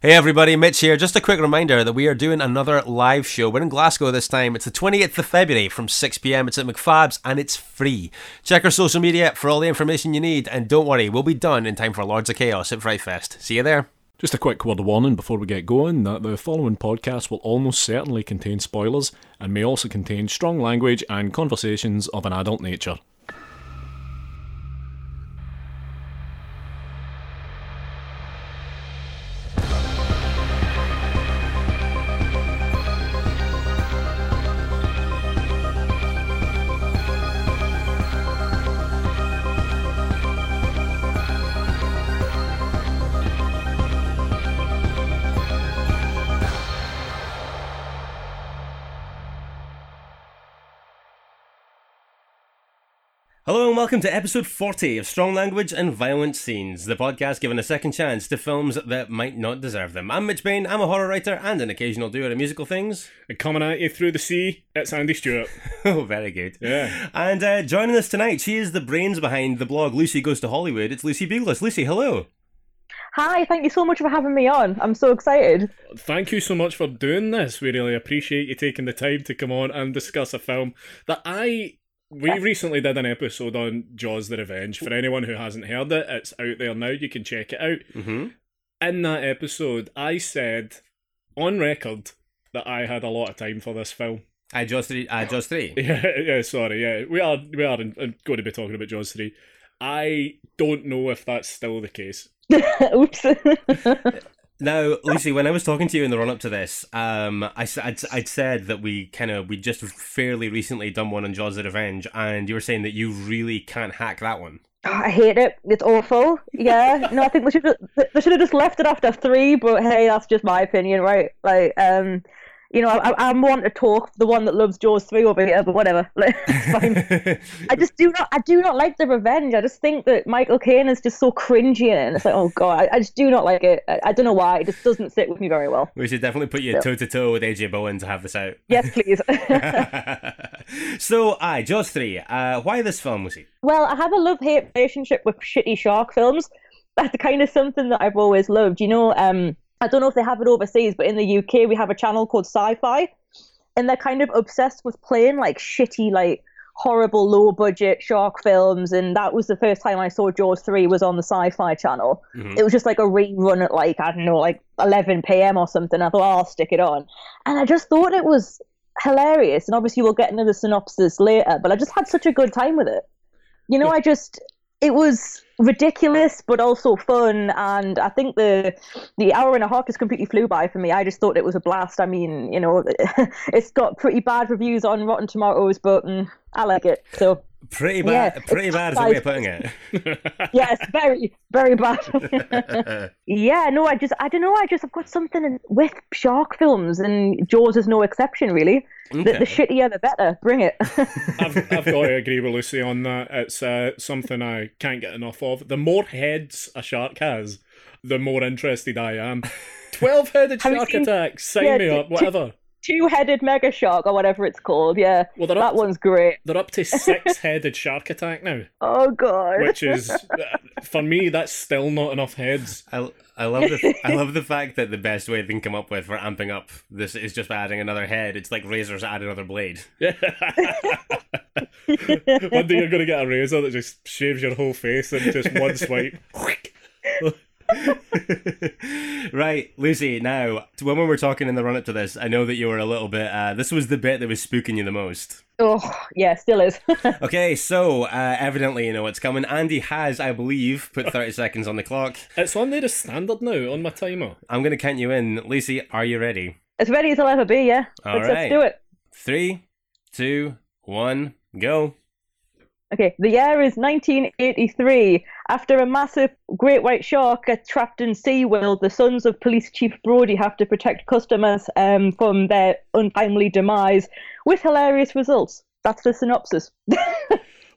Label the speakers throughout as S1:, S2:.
S1: Hey everybody, Mitch here. Just a quick reminder that we are doing another live show. We're in Glasgow this time. It's the 28th of February from 6pm. It's at McFab's and it's free. Check our social media for all the information you need. And don't worry, we'll be done in time for Lords of Chaos at Frightfest. See you there.
S2: Just a quick word of warning before we get going that the following podcast will almost certainly contain spoilers and may also contain strong language and conversations of an adult nature.
S1: Hello and welcome to episode 40 of Strong Language and Violent Scenes, the podcast giving a second chance to films that might not deserve them. I'm Mitch Bain, I'm a horror writer and an occasional doer of musical things.
S3: Coming at you through the sea, it's Andy Stewart.
S1: oh, very good.
S3: Yeah.
S1: And uh, joining us tonight, she is the brains behind the blog Lucy Goes to Hollywood. It's Lucy Buglis. Lucy, hello.
S4: Hi, thank you so much for having me on. I'm so excited.
S3: Thank you so much for doing this. We really appreciate you taking the time to come on and discuss a
S4: Um,
S3: film that I. We recently did an episode on Jaws the Revenge. For anyone who hasn't heard it, it's out there now. You can check it out.
S1: Mm-hmm.
S3: In that episode, I said on record that I had a lot of time for this film.
S1: I just three. I just three.
S3: Yeah, yeah, sorry, yeah. We are we are in, in- going to be talking about Jaws 3. I don't know if that's still the case.
S4: Oops.
S1: Now, Lucy, when I was talking to you in the run up to this, um, I s- I'd, I'd said that we kind of we just fairly recently done one on Jaws: The Revenge, and you were saying that you really can't hack that one.
S4: Oh, I hate it. It's awful. Yeah. No, I think they should they should have just left it after three. But hey, that's just my opinion, right? Like, um, you know, I, I'm one to talk, the one that loves Jaws three over here, but whatever. Like, it's fine. I just do not. I do not like the revenge. I just think that Michael Caine is just so cringy in it, and it's like, oh god, I, I just do not like it. I, I don't know why. It just doesn't sit with me very well.
S1: we should definitely put you toe to toe with AJ Bowen to have this out.
S4: Yes, please.
S1: so, I Jaws three. Uh, why this film, Lucy?
S4: Well, I have a love hate relationship with shitty shark films. That's kind of something that I've always loved. You know, um, I don't know if they have it overseas, but in the UK we have a channel called Sci Fi, and they're kind of obsessed with playing like shitty, like horrible, low budget shark films. And that was the first time I saw Jaws 3 was on the Sci Fi channel. It was just like a rerun at like, I don't know, like 11 pm or something. I thought, oh, I'll stick it on. And I just thought it was hilarious. And obviously we'll get into the synopsis later, but I just had such a good time with it you know, I just it was ridiculous but also fun and I think the the hour and a half just completely flew by for me. I just thought it was a blast. I mean, you know, it's got pretty bad reviews on Rotten Tomatoes, but mm, I like it. So
S1: Pretty bad.
S4: Yeah,
S1: pretty
S4: it's
S1: bad is the way
S4: five-
S1: of putting it.
S4: yes, very, very bad. yeah, no, I just I don't know, I just I've got something in, with shark films and Jaws is no exception really. The,
S1: Okay.
S4: the shittier the better. Bring it.
S3: I've, I've got to agree with Lucy on that. It's uh, something I can't get enough of. The more heads a shark has, the more interested I am. 12 headed
S4: Have you
S3: shark
S4: seen-
S3: attacks, sign
S4: Yeah,
S3: me
S4: t-
S3: up,
S4: t-
S3: whatever.
S4: Two headed mega shark or whatever it's called, yeah.
S3: Well, they're
S4: that
S3: up,
S4: one's great.
S3: they're up to six headed shark attack now,
S4: Oh god.
S3: which is, uh, for me, that's still not enough heads.
S1: I, I love the I love the fact that the best way they can come up with for amping up this is just by adding another head. It's like razors add another blade.
S3: Yeah. one day you're going to get a razor that just shaves your whole face in just one swipe.
S1: right, Lucy. Now, when we were talking in the run up to this, I know that you were a little bit. Uh, this was the bit that was spooking you the most.
S4: Oh, yeah, still is.
S1: Okay, so uh, evidently you know what's coming. Andy has, I believe, put thirty seconds on the clock.
S3: It's on there as standard now on my timer.
S1: I'm going to count you in. Lucy, are you ready?
S4: as ready as I'll ever be, yeah.
S1: All
S4: let's,
S1: right.
S4: let's do it.
S1: Three, two, one, go.
S4: Okay, the year is 1983. After a massive great white shark gets trapped in SeaWorld, the sons of Police Chief Brody have to protect customers um, from their untimely demise with hilarious results. That's the synopsis.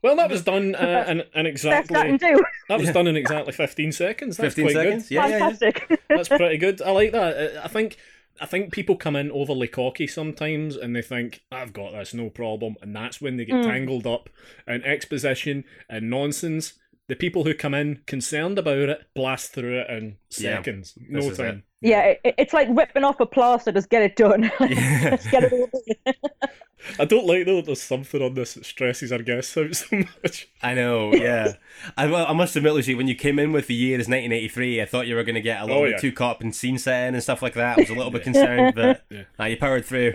S3: Well, that was done uh, in, in
S4: Best I can
S3: exactly
S4: do.
S3: that was done in exactly fifteen seconds. That's
S1: Fifteen
S3: quite
S1: seconds.
S3: good.
S1: Yeah, yeah, yeah.
S4: Fantastic.
S3: That's pretty good. I like that. Uh, I think I think people come in overly cocky sometimes, and they think I've got this, no problem, and that's when they get tangled up in exposition and nonsense. The people who come in concerned about it blast through it in
S1: Yeah,
S3: seconds.
S1: this
S3: no
S1: is
S3: time.
S4: Yeah, it, it's like ripping off a plaster. Just get it done.
S1: Yeah.
S4: Just get it all done.
S3: I don't like though. that There's something on this that stresses our guests out so much.
S1: I know, yeah. I, well, I must admit, Lucy, when you came in with the year as 1983, I thought you were going to get a little
S3: Oh,
S1: bit
S3: yeah.
S1: too caught up in scene setting and stuff like that. I was a little bit concerned, but
S3: Yeah.
S1: uh, you powered through.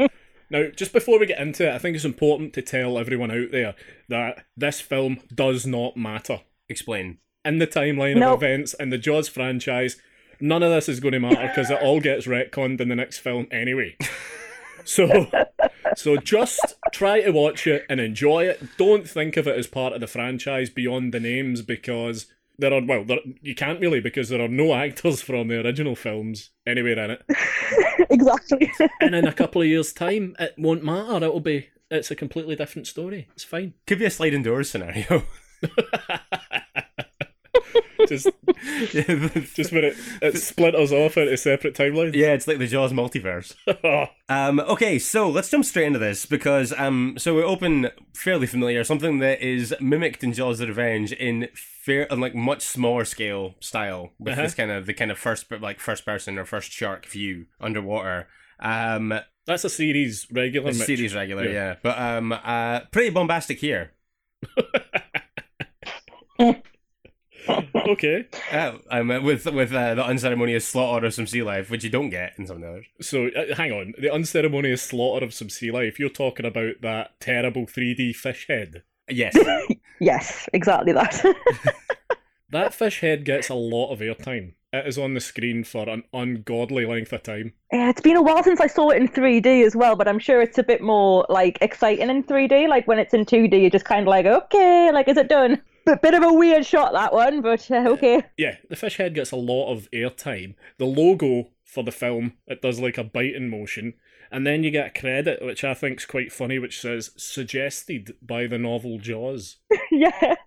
S3: Now, just before we get into it, I think it's important to tell everyone out there that this film does not matter.
S1: Explain.
S3: in the timeline
S4: No.
S3: of events in the Jaws franchise, none of this is going to matter because it all gets retconned in the next film anyway. So, so just try to watch it and enjoy it. Don't think of it as part of the franchise beyond the names because there are well, there, you can't really because there are no actors from the original films anywhere in it.
S4: exactly.
S3: And in a couple of years' time, it won't matter. It'll be it's a completely different story. It's fine.
S1: Could be a sliding doors scenario.
S3: Just just when it, it splinters off into separate timelines.
S1: yeah, it's like the Jaws multiverse. Um, okay, so let's jump straight into this because um, so we open fairly familiar, something that is mimicked in Jaws: The Revenge in fair and like much smaller scale style with
S3: Uh-huh.
S1: this kind of the kind of first like first person or first shark view underwater. Um,
S3: That's a series regular.
S1: it's
S3: Mitch.
S1: series regular, yeah.
S3: Yeah.
S1: but um, uh, pretty bombastic here.
S3: Okay.
S1: Uh, um, with with uh, the unceremonious slaughter of some sea life, which you don't get in some of the others.
S3: So uh, hang on. The unceremonious slaughter of some sea life. You're talking about that terrible 3D fish head.
S1: Yes,
S4: yes, exactly that.
S3: That fish head gets a lot of airtime. It is on the screen for an ungodly length of time.
S4: yeah, it's been a while since I saw it in 3D as well, but I'm sure it's a bit more like exciting in 3D. Like when it's in 2D, you're just kind of like, okay, like is it done? But bit of a weird shot that one, but uh, okay.
S3: Yeah, the fish head gets a lot of airtime. The logo for the film, it does like a biting motion. And then you get a credit, which I think's quite funny, which says suggested by the novel Jaws.
S4: yeah.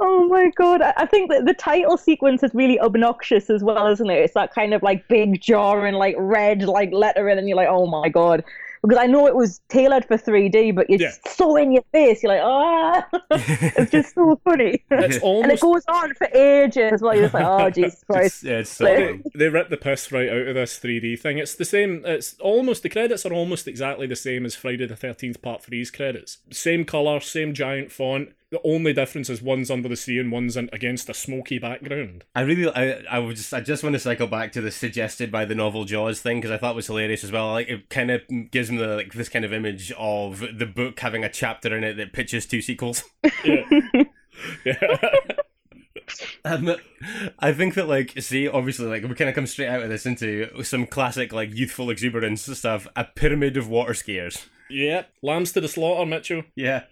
S4: Oh my god! I I think that the title sequence is really obnoxious as well, isn't it? It's that kind of like big jar and like red like lettering, and you're like, oh my god, because I know it was tailored for 3D, but you're
S3: Yeah.
S4: so in your face, you're like, ah, it's just so funny,
S3: It's
S4: and it
S3: almost
S4: goes on for ages as well. You're just like, oh Jesus Christ!
S1: yeah, it's so.
S4: Like-
S1: fun.
S3: they rip the piss right out of this 3D thing. It's the same. It's almost the credits are almost exactly the same as Friday the Thirteenth Part 3's credits. Same color, same giant font. The only difference is one's under the sea and one's in, against a smoky background.
S1: I really, I, I would just, I just want to cycle back to the suggested by the novel Jaws thing because I thought it was hilarious as well. Like it kind of gives me the, like this kind of image of the book having a chapter in it that pitches two sequels.
S3: Yeah. yeah.
S1: Um, I think that like, see, obviously, like we kind of come straight out of this into some classic like youthful exuberance stuff. A pyramid of water skiers.
S3: yeah. Lambs to the slaughter, Mitchell.
S1: Yeah,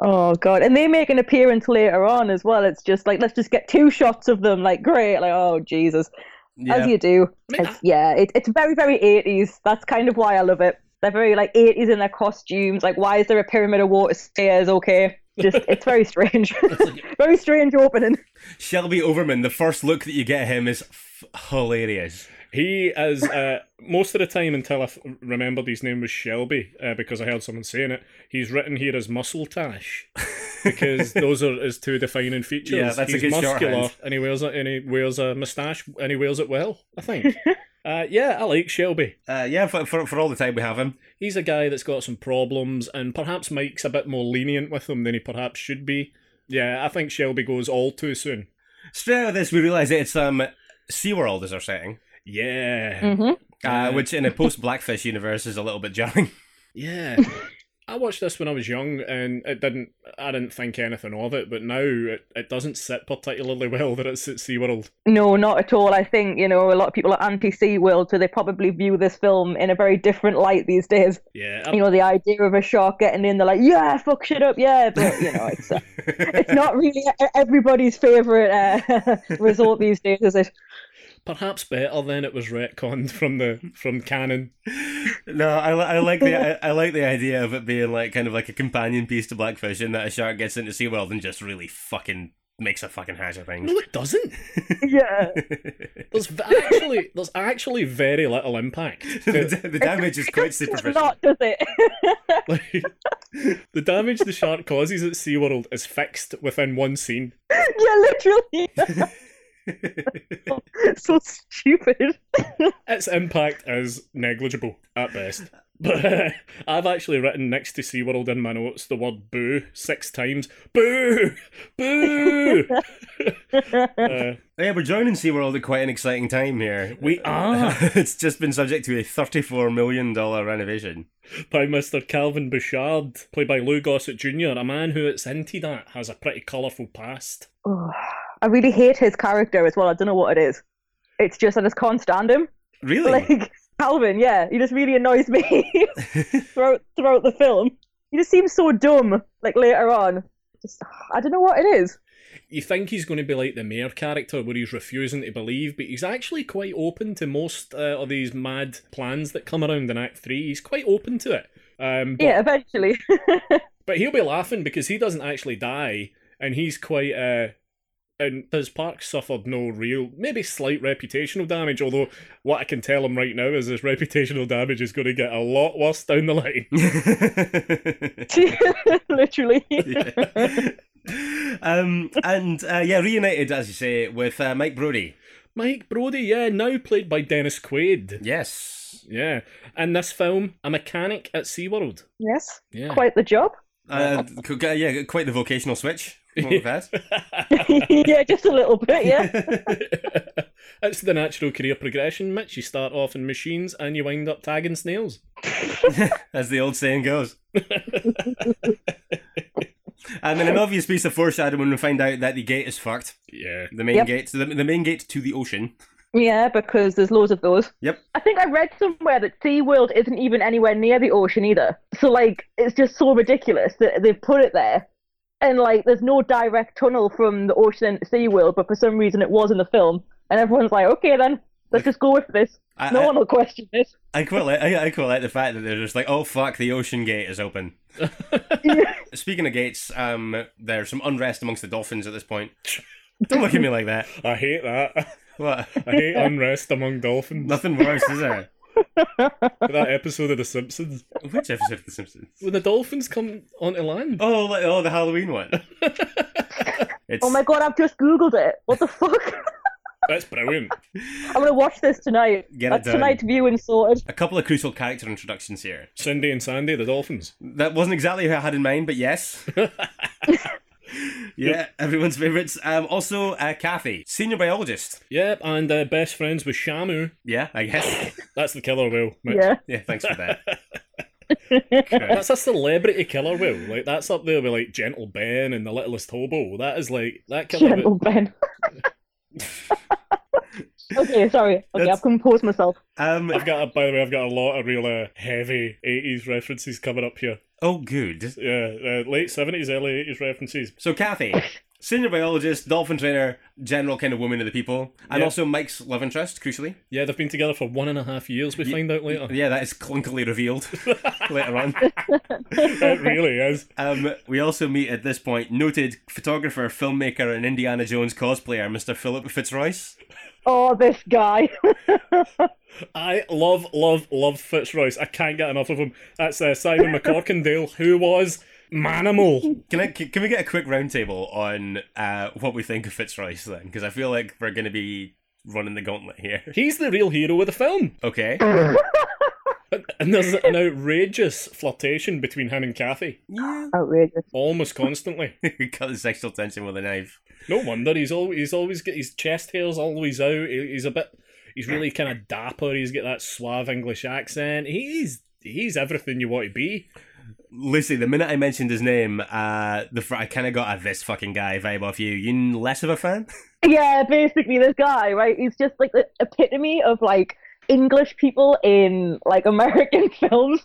S4: Oh god! And they make an appearance later on as well. It's just like let's just get two shots of them, like great, like oh Jesus.
S1: yeah.
S4: as you do.
S3: mean,
S4: It's- yeah, it, it's very, very 80s. That's kind of why I love it. They're very like 80s in their costumes. Like, why is there a pyramid of water stairs? Okay, just it's very strange. very strange opening.
S1: Shelby Overman. The first look that you get at him is f- hilarious.
S3: He is uh, most of the time until I f- remembered his name was Shelby uh, because I heard someone saying it. He's written here as Muscle Tash because those are his two defining features.
S1: Yeah, that's a
S3: He's
S1: good
S3: muscular
S1: shorthand.
S3: and he wears it and he wears a moustache and he wears it well. I think. uh, yeah, I like Shelby.
S1: Uh, yeah, for, for for all the time we have him.
S3: He's a guy that's got some problems and perhaps Mike's a bit more lenient with him than he perhaps should be. Yeah, I think Shelby goes all too soon.
S1: Straight out of this, we realise that it's um SeaWorld is our setting.
S3: Yeah.
S4: hmm
S1: Uh,
S3: Uh,
S1: which in a post Blackfish universe is a little bit jarring.
S3: Yeah. I watched this when I was young and it didn't I didn't think anything of it, but now it, it doesn't sit particularly well that it's at SeaWorld.
S4: No, not at all. I think, you know, a lot of people are anti Sea World, so they probably view this film in a very different light these days.
S3: Yeah.
S4: You know, the idea of a shark getting in, they're like, yeah, fuck shit up, yeah. But, you know, it's, uh, it's not really e-, everybody's favourite uh, resort these days, is it?
S3: Perhaps better than it was retconned from the from canon.
S1: no, I, li- I like the I, I like the idea of it being like kind of like a companion piece to Blackfish, and that a shark gets into SeaWorld and just really fucking makes a fucking hash of things.
S3: No, it doesn't.
S4: yeah.
S3: There's v- actually there's actually very little impact.
S1: the, the damage is quite
S4: It's
S1: superficial.
S4: not, does it?
S3: Like, the damage the shark causes at SeaWorld is fixed within one scene.
S4: yeah, literally. so stupid.
S3: Its impact is negligible at best. But I've actually written next to SeaWorld in my notes the word boo six times. Boo! Boo! Uh,
S1: Oh, Yeah, we're joining SeaWorld at quite an exciting time here.
S3: we are
S1: it's just been subject to a $34 million renovation.
S3: by Mr. Calvin Bouchard, played by Lou Gossett Jr., a man who it's hinted at has a pretty colourful past.
S4: Oh, I really hate his character as well. I don't know what it is. It's just I just can't stand him.
S1: Really?
S4: Like Calvin, yeah, he just really annoys me throughout throughout the film. He just seems so dumb. Like later on, just I don't know what it is.
S3: You think he's going to be like the mayor character where he's refusing to believe, but he's actually quite open to most uh, of these mad plans that come around in Act 3. He's quite open to it. Um, but
S4: Yeah, eventually.
S3: But he'll be laughing because he doesn't actually die, and he's quite. Uh, and his park suffered no real, maybe slight reputational damage. Although what I can tell him right now is his reputational damage is going to get a lot worse down the line.
S4: literally.
S1: Yeah. um, and uh, yeah, reunited, as you say, with uh, Mike Brody.
S3: Mike Brody, yeah, now played by Dennis Quaid,
S1: Yes.
S3: yeah, in this film, a mechanic at SeaWorld.
S4: Yes,
S3: Yeah,
S4: quite the job.
S1: Uh, qu- uh, yeah, quite the vocational switch. What we've had.
S4: yeah, just a little bit. Yeah.
S3: it's the natural career progression, Mitch. You start off in machines and you wind up tagging snails.
S1: as the old saying goes. Um, and an obvious piece of foreshadowing when we find out that the gate is fucked.
S3: Yeah,
S1: The main
S4: Yep.
S1: gate, the, the main gate to the ocean.
S4: Yeah, because there's loads of those.
S1: Yep.
S4: I think I read somewhere that SeaWorld isn't even anywhere near the ocean either. So, like, it's just so ridiculous that they've put it there. And, like, there's no direct tunnel from the ocean to SeaWorld, but for some reason it was in the film. And everyone's like, okay, then, let's just go with this.
S1: I-
S4: No
S1: I-
S4: one will question this.
S1: I quite like, I, I quite like the fact that they're just like, oh fuck, the ocean gate is open. Speaking of gates, um, there's some unrest amongst the dolphins at this point. Don't look at me like that.
S3: I hate that.
S1: What?
S3: I hate unrest among dolphins.
S1: Nothing worse, is there?
S3: that episode of The Simpsons
S1: Which episode of The Simpsons?
S3: when the dolphins come onto land.
S1: Oh, like, oh, the Halloween one. It's,
S4: Oh my god, I've just Googled it. What the fuck?
S3: That's brilliant.
S4: I'm going to watch this tonight.
S1: Get it
S4: That's
S1: done.
S4: tonight's viewing sorted.
S1: A couple of crucial character introductions here.
S3: Cindy and Sandy, the dolphins.
S1: That wasn't exactly who I had in mind, but yes. yeah, everyone's favourites. Um, also, uh, Kathy, senior biologist.
S3: Yep, and uh, best friends with Shamu.
S1: Yeah, I guess.
S3: That's the killer whale. mate.
S4: Yeah.
S1: yeah, thanks for that.
S3: That's a celebrity killer whale. Like that's up there with like Gentle Ben and the Littlest Hobo. That is like that killer
S4: Gentle
S3: whale.
S4: Ben. okay, sorry. Okay,
S1: That's-
S4: I've composed myself.
S1: Um,
S3: I've got. A, by the way, I've got a lot of real uh, heavy '80s references coming up here.
S1: oh, good.
S3: Yeah, uh, late '70s, early '80s references.
S1: So, Kathy, senior biologist, dolphin trainer, general kind of woman of the people, and
S3: Yeah.
S1: also Mike's love interest, crucially.
S3: Yeah, they've been together for one and a half years. We find out later.
S1: Yeah, that is clunkily revealed later on.
S3: it really is.
S1: Um, we also meet at this point noted photographer, filmmaker, and Indiana Jones cosplayer, Mr. Philip Fitzroyce.
S4: Oh, this guy.
S3: I love, love, love Fitzroyce. I can't get enough of him. That's uh, Simon McCorkindale, who was Manimal.
S1: Can I? Can can we get a quick roundtable on uh, what we think of Fitzroyce then? Because I feel like we're going to be running the gauntlet here.
S3: He's the real hero of the film.
S1: Okay.
S3: And there's an outrageous flirtation between him and Kathy,
S1: Yeah.
S4: Outrageous.
S3: almost constantly.
S1: Cut the sexual tension with a knife.
S3: No wonder he's always he's always got his chest hairs always out. He- He's a bit, he's really kind of dapper. He's got that suave English accent. He's he's everything you want to be.
S1: Lucy, the minute I mentioned his name, uh, the fr- I kind of got a this fucking guy vibe off you. You less of a fan?
S4: Yeah, basically this guy, right? He's just like the epitome of like English people in like American films.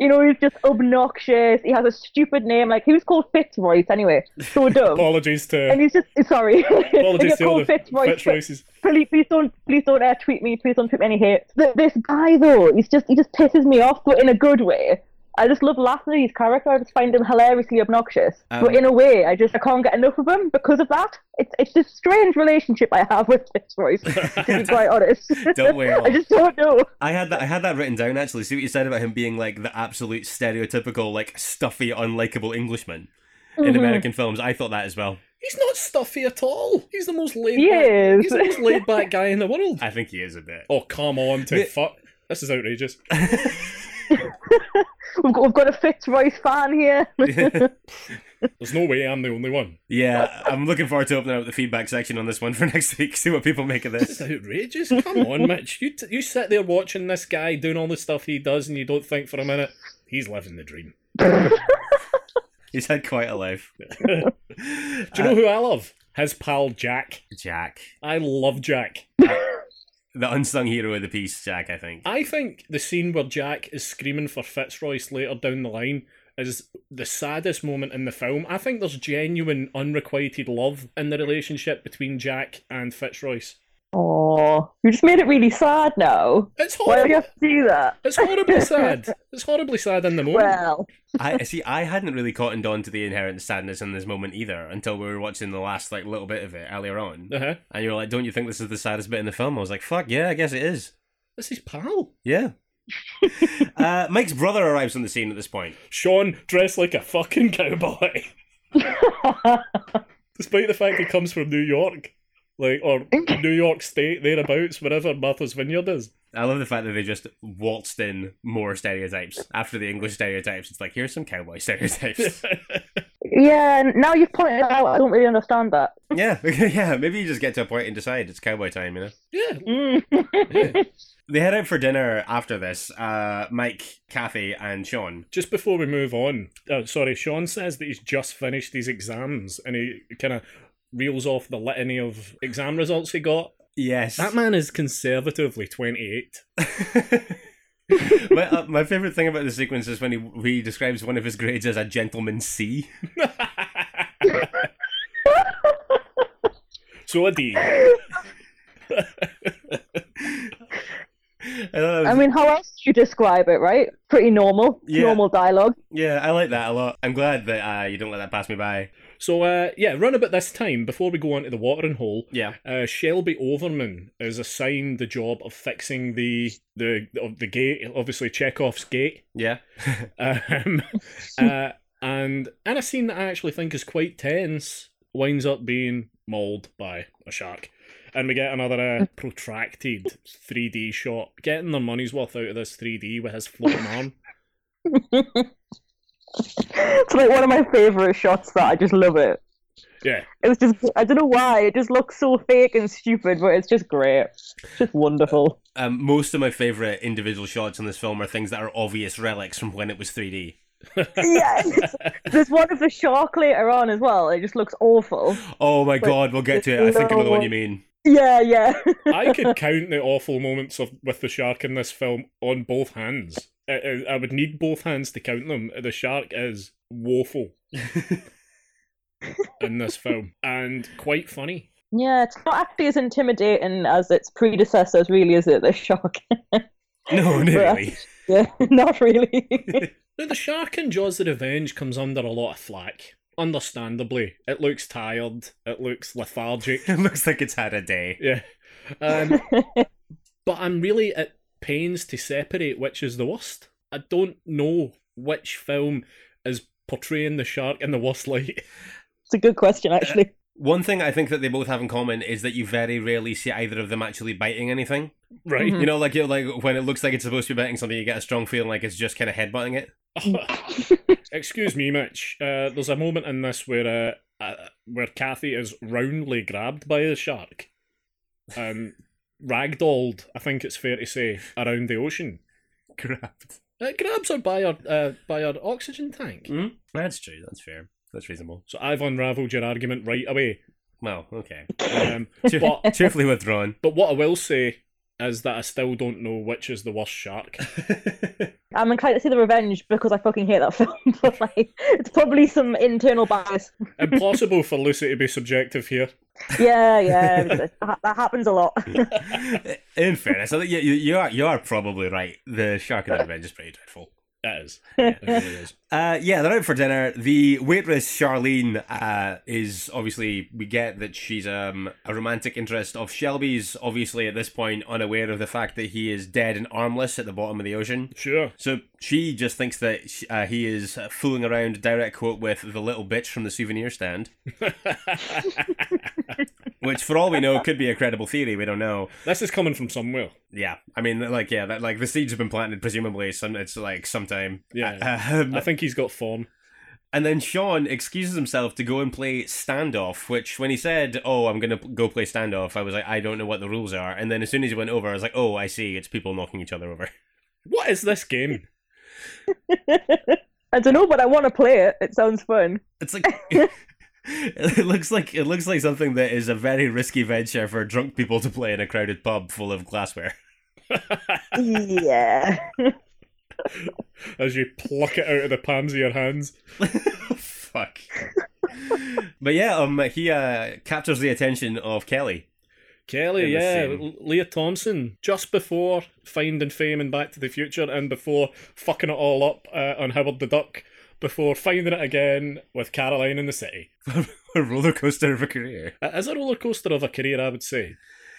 S4: You know, he's just obnoxious. He has a stupid name. Like, he was called Fitzroyce anyway. So dumb.
S3: Apologies
S4: and
S3: to
S4: he's just sorry.
S3: apologies
S4: You're
S3: to all
S4: called
S3: the
S4: Fitzroyce.
S3: Fitzroyces.
S4: please, please don't, please don't uh, tweet me. Please don't tweet me any hate. Th- this guy though, he's just he just pisses me off, but in a good way. I just love laughing at his character. I just find him hilariously obnoxious.
S1: Um,
S4: but in a way, I just I can't get enough of him because of that. It's it's this strange relationship I have with Fitzroy. to be quite honest.
S1: Don't we all?
S4: I just don't know.
S1: I had that. I had that written down actually. See what you said about him being like the absolute stereotypical, like stuffy, unlikable Englishman in American films. I thought that as well.
S3: He's not stuffy at all. He's the most laid.
S4: He
S3: back,
S4: is.
S3: He's the most laid back guy in the world.
S1: I think he is a bit.
S3: Oh come on, to fuck. This is outrageous.
S4: We've got, we've got a Fitzroy fan here.
S3: There's no way I'm the only one.
S1: Yeah, I'm looking forward to opening up the feedback section on this one for next week. See what people make of
S3: This
S1: this.
S3: is outrageous. Come on, Mitch. You t- you sit there watching this guy doing all the stuff he does, and you don't think for a minute he's living the dream.
S1: He's had quite a life.
S3: Do you know who I love? His pal Jack.
S1: Jack,
S3: I love Jack.
S1: the unsung hero of the piece. Jack, I think.
S3: I think the scene where Jack is screaming for Fitzroy Slater down the line is the saddest moment in the film. I think there's genuine unrequited love in the relationship between Jack and Fitzroy.
S4: Oh, you just made it really sad now.
S3: It's
S4: Why do you
S3: horrible.
S4: have to do that?
S3: It's horribly sad. It's horribly sad in the moment.
S4: Well,
S1: I see. I hadn't really cottoned on to the inherent sadness in this moment either until we were watching the last like little bit of it earlier on,
S3: uh-huh.
S1: and you were like, "Don't you think this is the saddest bit in the film?" I was like, "Fuck yeah, I guess it is."
S3: This is pal.
S1: Yeah. uh, Mike's brother arrives on the scene at this point.
S3: Sean dressed like a fucking cowboy, despite the fact he comes from New York, like or New York State thereabouts, wherever Martha's Vineyard is.
S1: I love the fact that they just waltzed in more stereotypes after the English stereotypes. It's like here's some cowboy stereotypes.
S4: yeah. Now you've pointed it out. I don't really understand that.
S1: yeah, yeah. Maybe you just get to a point and decide it's cowboy time, you know.
S3: Yeah,
S4: Mm.
S1: They head out for dinner after this. Uh, Mike, Kathy, and Sean.
S3: just before we move on, uh, sorry, Sean says that he's just finished his exams and he kind of reels off the litany of exam results he got.
S1: Yes.
S3: That man is conservatively 28.
S1: my, uh, my favorite thing about the sequence is when he, he describes one of his grades as a gentleman C.
S3: So a D.
S1: I thought that was-
S4: I mean, how else would you describe it? Right? Pretty normal.
S1: Yeah.
S4: Normal dialogue.
S1: yeah, I like that a lot. I'm glad that uh, you don't let that pass me by.
S3: So, uh, yeah, run about this time, before we go on to the watering hole,
S1: Yeah.
S3: uh, Shelby Overman is assigned the job of fixing the the of the gate, obviously Chekhov's gate.
S1: Yeah.
S3: Um, uh, and and a scene that I actually think is quite tense winds up being mauled by a shark, and we get another uh, protracted 3D shot, getting their money's worth out of this 3D with his floating arm.
S4: It's like one of my favorite shots. That I just love it.
S3: Yeah,
S4: It was just I don't know why it just looks so fake and stupid, but it's just great. It's just wonderful.
S1: Um, most of my favorite individual shots in this film are things that are obvious relics from when it was 3D.
S4: yeah. There's one of the shark later on as well. It just looks awful.
S1: Oh my god, we'll get to it. I think I know the one
S4: no.
S1: you mean.
S4: Yeah, yeah.
S3: I could count the awful moments of with the shark in this film on both hands. I, I- I would need both hands to count them. The shark is woeful in this film and quite funny.
S4: Yeah, it's not actually as intimidating as its predecessors, really, is it? The shark.
S1: No, no,
S4: Yeah.
S1: really.
S4: yeah, not really.
S3: Now, the shark in Jaws the Revenge comes under a lot of flack. Understandably, it looks tired, it looks lethargic.
S1: It looks like it's had a day.
S3: yeah. Um, but I'm really at pains to separate which is the worst. I don't know which film is portraying the shark in the worst light.
S4: it's a good question, actually.
S1: One thing I think that they both have in common is that you very rarely see either of them actually biting anything.
S3: Right.
S1: You know, like you like when it looks like it's supposed to be biting something, you get a strong feeling like it's just kind of headbutting it.
S3: Excuse me, Mitch. Uh, there's a moment in this where uh, uh, where Kathy is roundly grabbed by the shark, um, ragdolled. I think it's fair to say around the ocean.
S1: Grabbed.
S3: It grabs her by her uh, by her oxygen tank.
S1: Mm? That's true. That's fair. That's reasonable.
S3: So I've unravelled your argument right away.
S1: Well, okay.
S3: Um,
S1: Cheer-
S3: but
S1: Cheerfully withdrawn.
S3: but what I will say is that I still don't know which is the worst shark.
S4: I'm inclined to see The Revenge because I fucking hate that film, but like, it's probably some internal bias.
S3: Impossible for Lucy to be subjective here.
S4: Yeah, yeah, that that happens a lot.
S1: In fairness, I think you, you, you are you are probably right. The Shark of the Revenge is pretty dreadful.
S3: It is. It really is.
S1: Uh, yeah, they're out for dinner. The waitress Charlene uh, is obviously we get that she's um, a romantic interest of Shelby's. Obviously, at this point, unaware of the fact that he is dead and armless at the bottom of the ocean.
S3: Sure.
S1: So she just thinks that sh- uh, he is uh, fooling around. Direct quote with the little bitch from the souvenir stand, which, for all we know, could be a credible theory. We don't know.
S3: This is coming from somewhere.
S1: Yeah, I mean, like, yeah, that like the seeds have been planted. Presumably, some it's like sometime.
S3: Yeah.
S1: Um,
S3: I think he's got form.
S1: and then Sean excuses himself to go and play standoff, which when he said, "Oh, I'm gonna p- go play standoff," I was like, "I don't know what the rules are." And then as soon as he went over, I was like, "Oh, I see. It's people knocking each other over."
S3: What is this game?
S4: I don't know, but I want to play it. It sounds fun.
S1: It's like it looks like it looks like something that is a very risky venture for drunk people to play in a crowded pub full of glassware.
S4: yeah.
S3: As you pluck it out of the palms of your hands.
S1: Oh, Fuck. but yeah, um, he uh, captures the attention of Kelly. In
S3: Kelly,
S1: the
S3: yeah,
S1: same-
S3: L- Leah Thompson, just before Finding Fame and Back to the Future, and before fucking it all up uh, on Howard the Duck, before finding it again with Caroline in the City.
S1: a roller coaster of a career.
S3: It is a roller coaster of a career, I would say.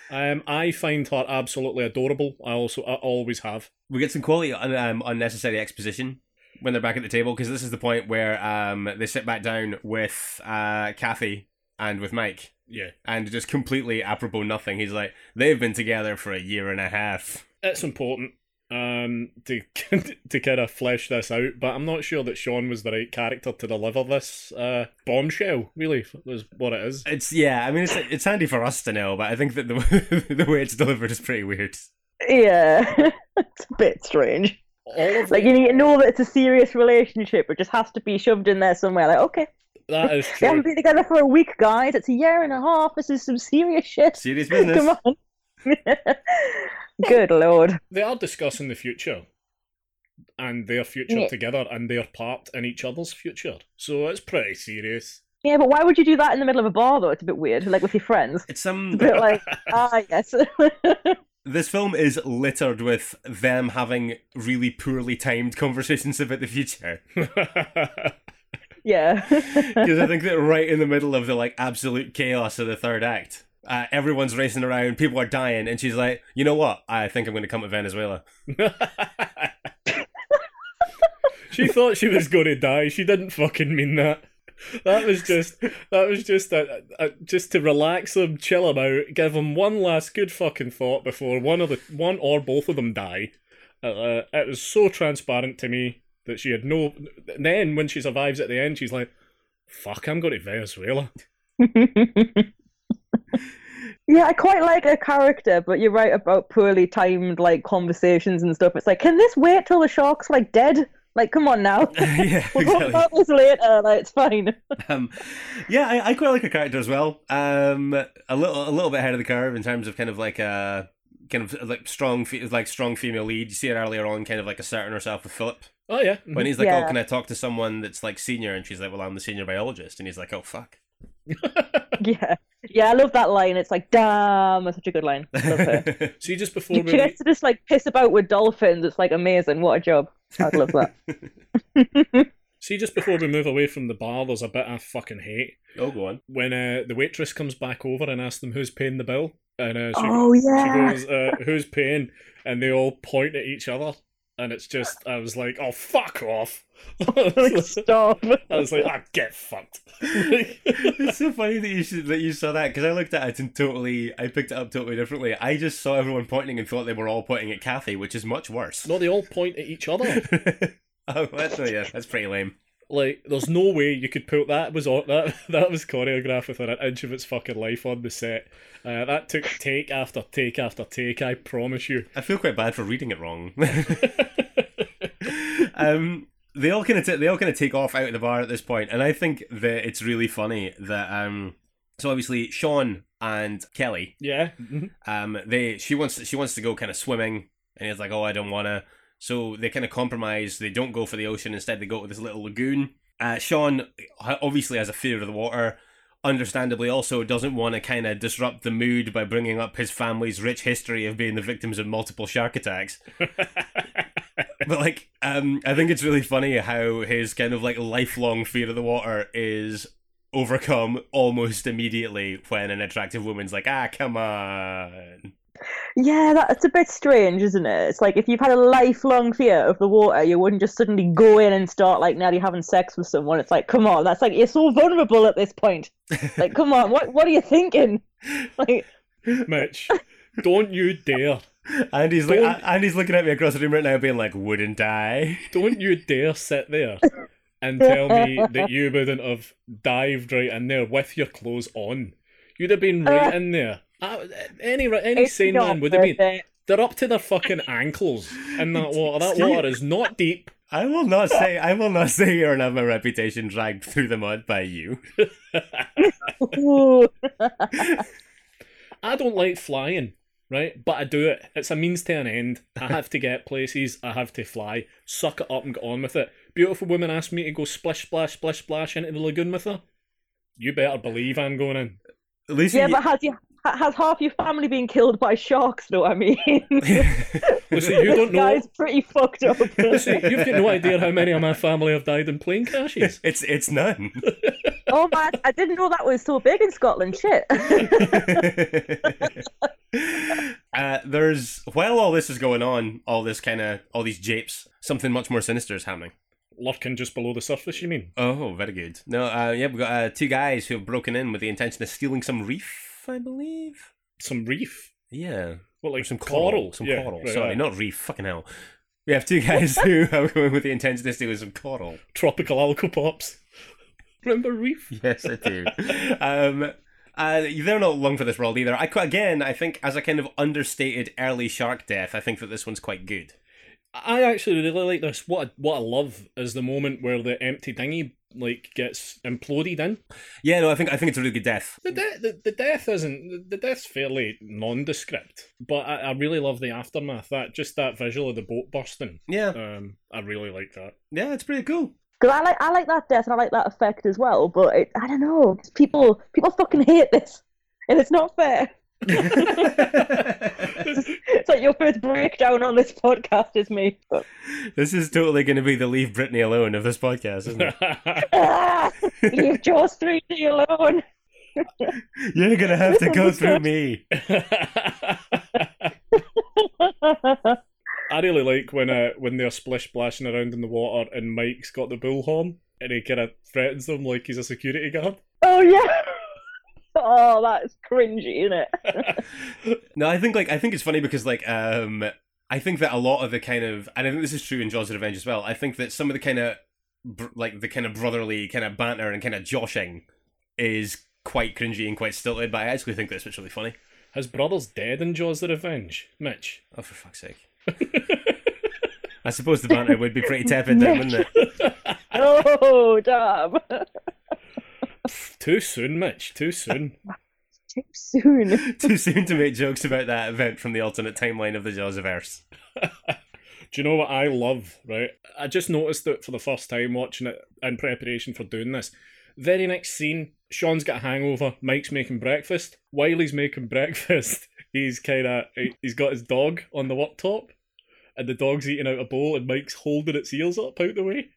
S3: Um, I find her absolutely adorable. I also, I always have.
S1: we get some quality un- um, unnecessary exposition when they're back at the table because this is the point where um, they sit back down with uh, Kathy and with Mike
S3: Yeah,
S1: and just completely apropos nothing. He's like, they've been together for a year and a half.
S3: it's important um to to kind of flesh this out, but I'm not sure that Sean was the right character to deliver this uh, bombshell. Really, is what it is.
S1: It's yeah, I mean it's it's handy for us to know, but I think that the the way it's delivered is pretty weird.
S4: Yeah. it's a bit strange.
S3: All of
S4: Like, you need to know that it's a serious relationship. It just has to be shoved in there somewhere. Like, okay,
S3: that is
S4: they haven't
S3: true.
S4: been together for a week, guys. It's a year and a half. This is some serious shit.
S1: Serious
S4: Come
S1: business.
S4: on. Good lord.
S3: They are discussing the future and their future
S4: Yeah.
S3: together and their part in each other's future. So it's pretty serious.
S4: Yeah, but why would you do that in the middle of a bar, though? It's a bit weird, like with your friends.
S1: It's
S4: It's
S1: some
S4: a bit like, ah, yes.
S1: this film is littered with them having really poorly timed conversations about the future.
S4: yeah.
S1: Because I think that right in the middle of the like absolute chaos of the third act, uh, everyone's racing around, people are dying, and she's like, "You know what? I think I'm going to come to Venezuela."
S3: she thought she was going to die. She didn't fucking mean that. That was just that was just a, a, just to relax them, chill them out, give them one last good fucking thought before one of the one or both of them die. Uh, it was so transparent to me that she had no. Then when she survives at the end, she's like, "Fuck, I'm going to Venezuela."
S4: Yeah, I quite like her character, but you're right about poorly timed like conversations and stuff. It's like, can this wait till the shark's like dead? Like, come on now.
S1: yeah,
S4: We'll talk about this later. Like, it's fine.
S1: Um, yeah, I, I quite like her character as well. Um, a little, a little bit ahead of the curve in terms of kind of like a kind of like strong, fe- like strong female lead. You see it earlier on, kind of like asserting herself with Philip
S3: Oh yeah,
S1: when he's like,
S4: Yeah.
S1: "Oh, can I talk to someone that's like senior?" And she's like, "Well, I'm the senior biologist," and he's like, "Oh, fuck."
S4: Yeah, yeah, I love that line. It's like, damn, that's such a good line. Love her.
S3: see just before
S4: she
S3: we
S4: gets to just like piss about with dolphins. It's like amazing. What a job. I'd love that.
S3: see just before we move away from the bar, there's a bit I fucking hate
S1: oh, go on.
S3: when uh, the waitress comes back over and asks them who's paying the bill, and uh, she,
S4: oh
S3: She
S4: yeah.
S3: goes, uh, "Who's paying?" And they all point at each other, and it's just I was like, "Oh, fuck off!"
S4: Like,
S3: I
S4: stop.
S3: was like, "I get fucked."
S1: it's so funny that you should, that you saw that because I looked at it and totally I picked it up totally differently. I just saw everyone pointing and thought they were all pointing at Kathy, which is much worse.
S3: no, they all point at each other.
S1: oh, that's, oh, yeah, that's pretty lame.
S3: Like, there's no way you could put that was all, that that was choreographed within an inch of its fucking life on the set. Uh, that took take after take after take. I promise you.
S1: I feel quite bad for reading it wrong. um, they all kind of t- they all kind of take off out of the bar at this point, and I think that it's really funny that um, so obviously Sean and Kelly
S3: Yeah. Mhm.
S4: Mm-hmm.
S1: um they she wants she wants to go kind of swimming and he's like oh i don't wanna so they kind of compromise they don't go for the ocean instead they go to this little lagoon uh sean obviously has a fear of the water understandably also doesn't want to kind of disrupt the mood by bringing up his family's rich history of being the victims of multiple shark attacks But like, um, I think it's really funny how his kind of like lifelong fear of the water is overcome almost immediately when an attractive woman's like, "Ah, come on."
S4: Yeah, that's a bit strange, isn't it? It's like if you've had a lifelong fear of the water, you wouldn't just suddenly go in and start like nearly having sex with someone. It's like, come on, that's like you're so vulnerable at this point. Like, come on, what what are you thinking? Like,
S3: Mitch, don't you dare.
S1: And he's like,
S3: Don't-
S1: and he's looking at me across the room right now, being like, "Wouldn't I?"
S3: Don't you dare sit there and tell me that you wouldn't have dived right in there with your clothes on. You'd have been right in there. I- Any any
S4: it's
S3: sane
S4: not
S3: man would have been.
S4: worth it.
S3: They're up to their fucking ankles in that water. That
S1: Excuse-
S3: water is not deep.
S1: I will not say, I will not say here and have my reputation dragged through the mud by you.
S4: Ooh.
S3: I don't like flying, right? But I do it. It's a means to an end. I have to get places. I have to fly. Suck it up and get on with it. Beautiful woman asked me to go splish splash splish splash into the lagoon with her. You better believe I'm going in.
S1: At least,
S4: Yeah,
S1: he-
S4: but has you ha- has half your family been killed by sharks? Know what I mean?
S3: Listen, you don't
S4: this
S3: know.
S4: guy's pretty fucked up.
S3: Listen, you've got no idea how many of my family have died in plane crashes.
S1: it's it's none.
S4: oh man, I didn't know that was so big in Scotland. Shit.
S1: uh, there's while all this is going on, all this kind of all these japes, something much more sinister is happening.
S3: Lurking just below the surface, you mean?
S1: Oh, very good. No, uh, yeah, we've got uh, two guys who have broken in with the intention of stealing some reef, I believe.
S3: Some reef.
S1: Yeah,
S3: Well,
S1: or
S3: like
S1: some
S3: coral.
S1: coral, some
S3: Yeah,
S1: coral.
S3: right,
S1: Sorry,
S3: right.
S1: not reef. Fucking hell. We have two guys who have come in with the intention of stealing some coral.
S3: tropical alcopops. Remember reef?
S1: Yes, I do. um, uh, they're not long for this world either. I qu- again, I think as a kind of understated early shark death, I think that this one's quite good.
S3: I actually really like this. What I, what I love is the moment where the empty dinghy like gets imploded in.
S1: Yeah, no, I think I think it's a really good death.
S3: The de- the, the death isn't the- the death's fairly nondescript, but I, I really love the aftermath. That just that visual of the boat bursting.
S1: Yeah,
S3: Um, I really like that.
S1: yeah, it's pretty cool.
S4: Because I like I like that death and I like that effect as well, but it, I don't know. People people fucking hate this, and it's not fair. It's like your first breakdown on this podcast is me. But,
S1: This is totally going to be the leave Britney alone of this podcast, isn't it?
S4: ah, leave Jaws three D alone.
S1: You're going to have to go through me.
S4: oh
S3: I really like when uh, when they're splish splashing around in the water and Mike's got the bullhorn and he kind of threatens them like he's a security guard.
S4: yeah. Oh, that's cringy, isn't it?
S1: No, I think like I think it's funny because like um I think that a lot of the kind of and I think this is true in Jaws of Revenge as well. I think that some of the kind of br- like the kind of brotherly kind of banter and kind of joshing is quite cringy and quite stilted. But I actually think that's what's really funny.
S3: His brother's dead in Jaws: The Revenge. Mitch,
S1: Oh, for fuck's sake! I suppose the banter would be pretty tepid then, wouldn't it?
S4: Oh, damn.
S3: too soon, Mitch. Too soon.
S4: Too soon.
S1: Too soon to make jokes about that event from the alternate timeline of the Jaws of Earth.
S3: Do you know what I love? Right, I just noticed it for the first time watching it in preparation for doing this. Very next scene, Sean's got a hangover. Mike's making breakfast. While he's making breakfast, he's kind of he's got his dog on the worktop, and the dog's eating out a bowl, and Mike's holding its ears up out the way.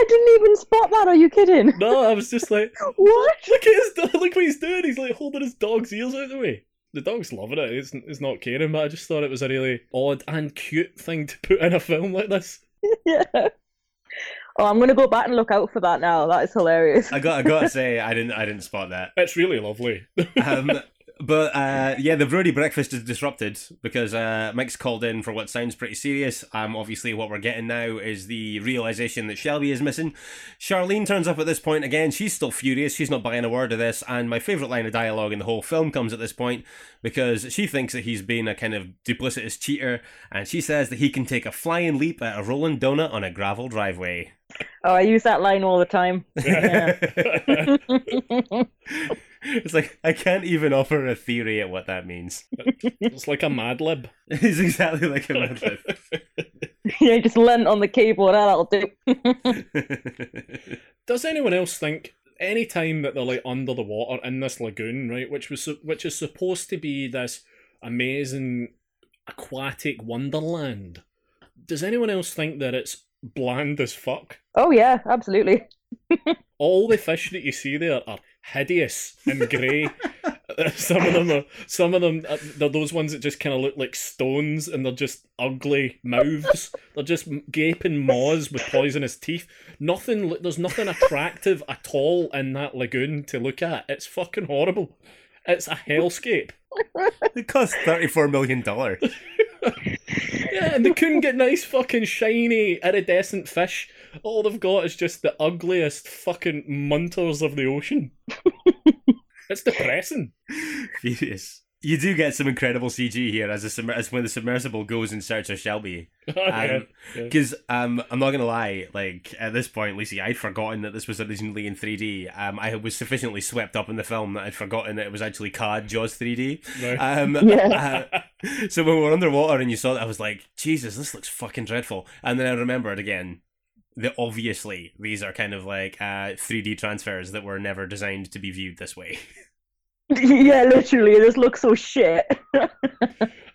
S4: I didn't even spot that. Are you kidding?
S3: No, I was just like,
S4: What?
S3: look at his dog. Look what he's doing. He's like holding his dog's ears out the way. The dog's loving it. It's, it's not caring, but I just thought it was a really odd and cute thing to put in a film like this.
S4: Yeah. Oh, I'm gonna go back and look out for that now. That is hilarious.
S1: I got I gotta say I didn't I didn't spot that.
S3: It's really lovely.
S1: um, but uh, yeah, the Brody breakfast is disrupted because uh, Mike's called in for what sounds pretty serious. Um, obviously, what we're getting now is the realization that Shelby is missing. Charlene turns up at this point again. She's still furious. She's not buying a word of this. And my favorite line of dialogue in the whole film comes at this point because she thinks that he's been a kind of duplicitous cheater, and she says that he can take a flying leap at a rolling donut on a gravel driveway.
S4: Oh, I use that line all the time.
S1: it's like I can't even offer a theory at what that means.
S3: It's like a Mad Lib.
S1: It's exactly like a Mad
S4: yeah, just lent on the keyboard. Ah, that'll do.
S1: Lib.
S3: Does anyone else think any time that they're like under the water in this lagoon, right, which was su- which is supposed to be this amazing aquatic wonderland. Does anyone else think that it's bland as fuck?
S4: Oh yeah, absolutely.
S3: All the fish that you see there are hideous and grey. some of them are, some of them, uh, they're those ones that just kind of look like stones, and they're just ugly mouths. they're just gaping maws with poisonous teeth. Nothing, lo- there's nothing attractive at all in that lagoon to look at. It's fucking horrible. It's a hellscape.
S1: It costs thirty-four million dollars.
S3: Yeah, and they couldn't get nice fucking shiny iridescent fish. All they've got is just the ugliest fucking munters of the ocean. it's depressing.
S1: Furious. You do get some incredible CG here as a submer- as when the submersible goes in search of Shelby.
S3: Yeah,
S1: Um,
S3: yeah.
S1: Because um, I'm not gonna lie, like at this point, Lucy, I'd forgotten that this was originally in 3D. Um, I was sufficiently swept up in the film that I'd forgotten that it was actually CAD Jaws 3D.
S3: Right.
S1: Um,
S4: Yeah.
S1: uh, so when we were underwater and you saw that, I was like, Jesus, this looks fucking dreadful. And then I remembered again that obviously these are kind of like uh, 3D transfers that were never designed to be viewed this way.
S4: yeah, literally, this looks so shit.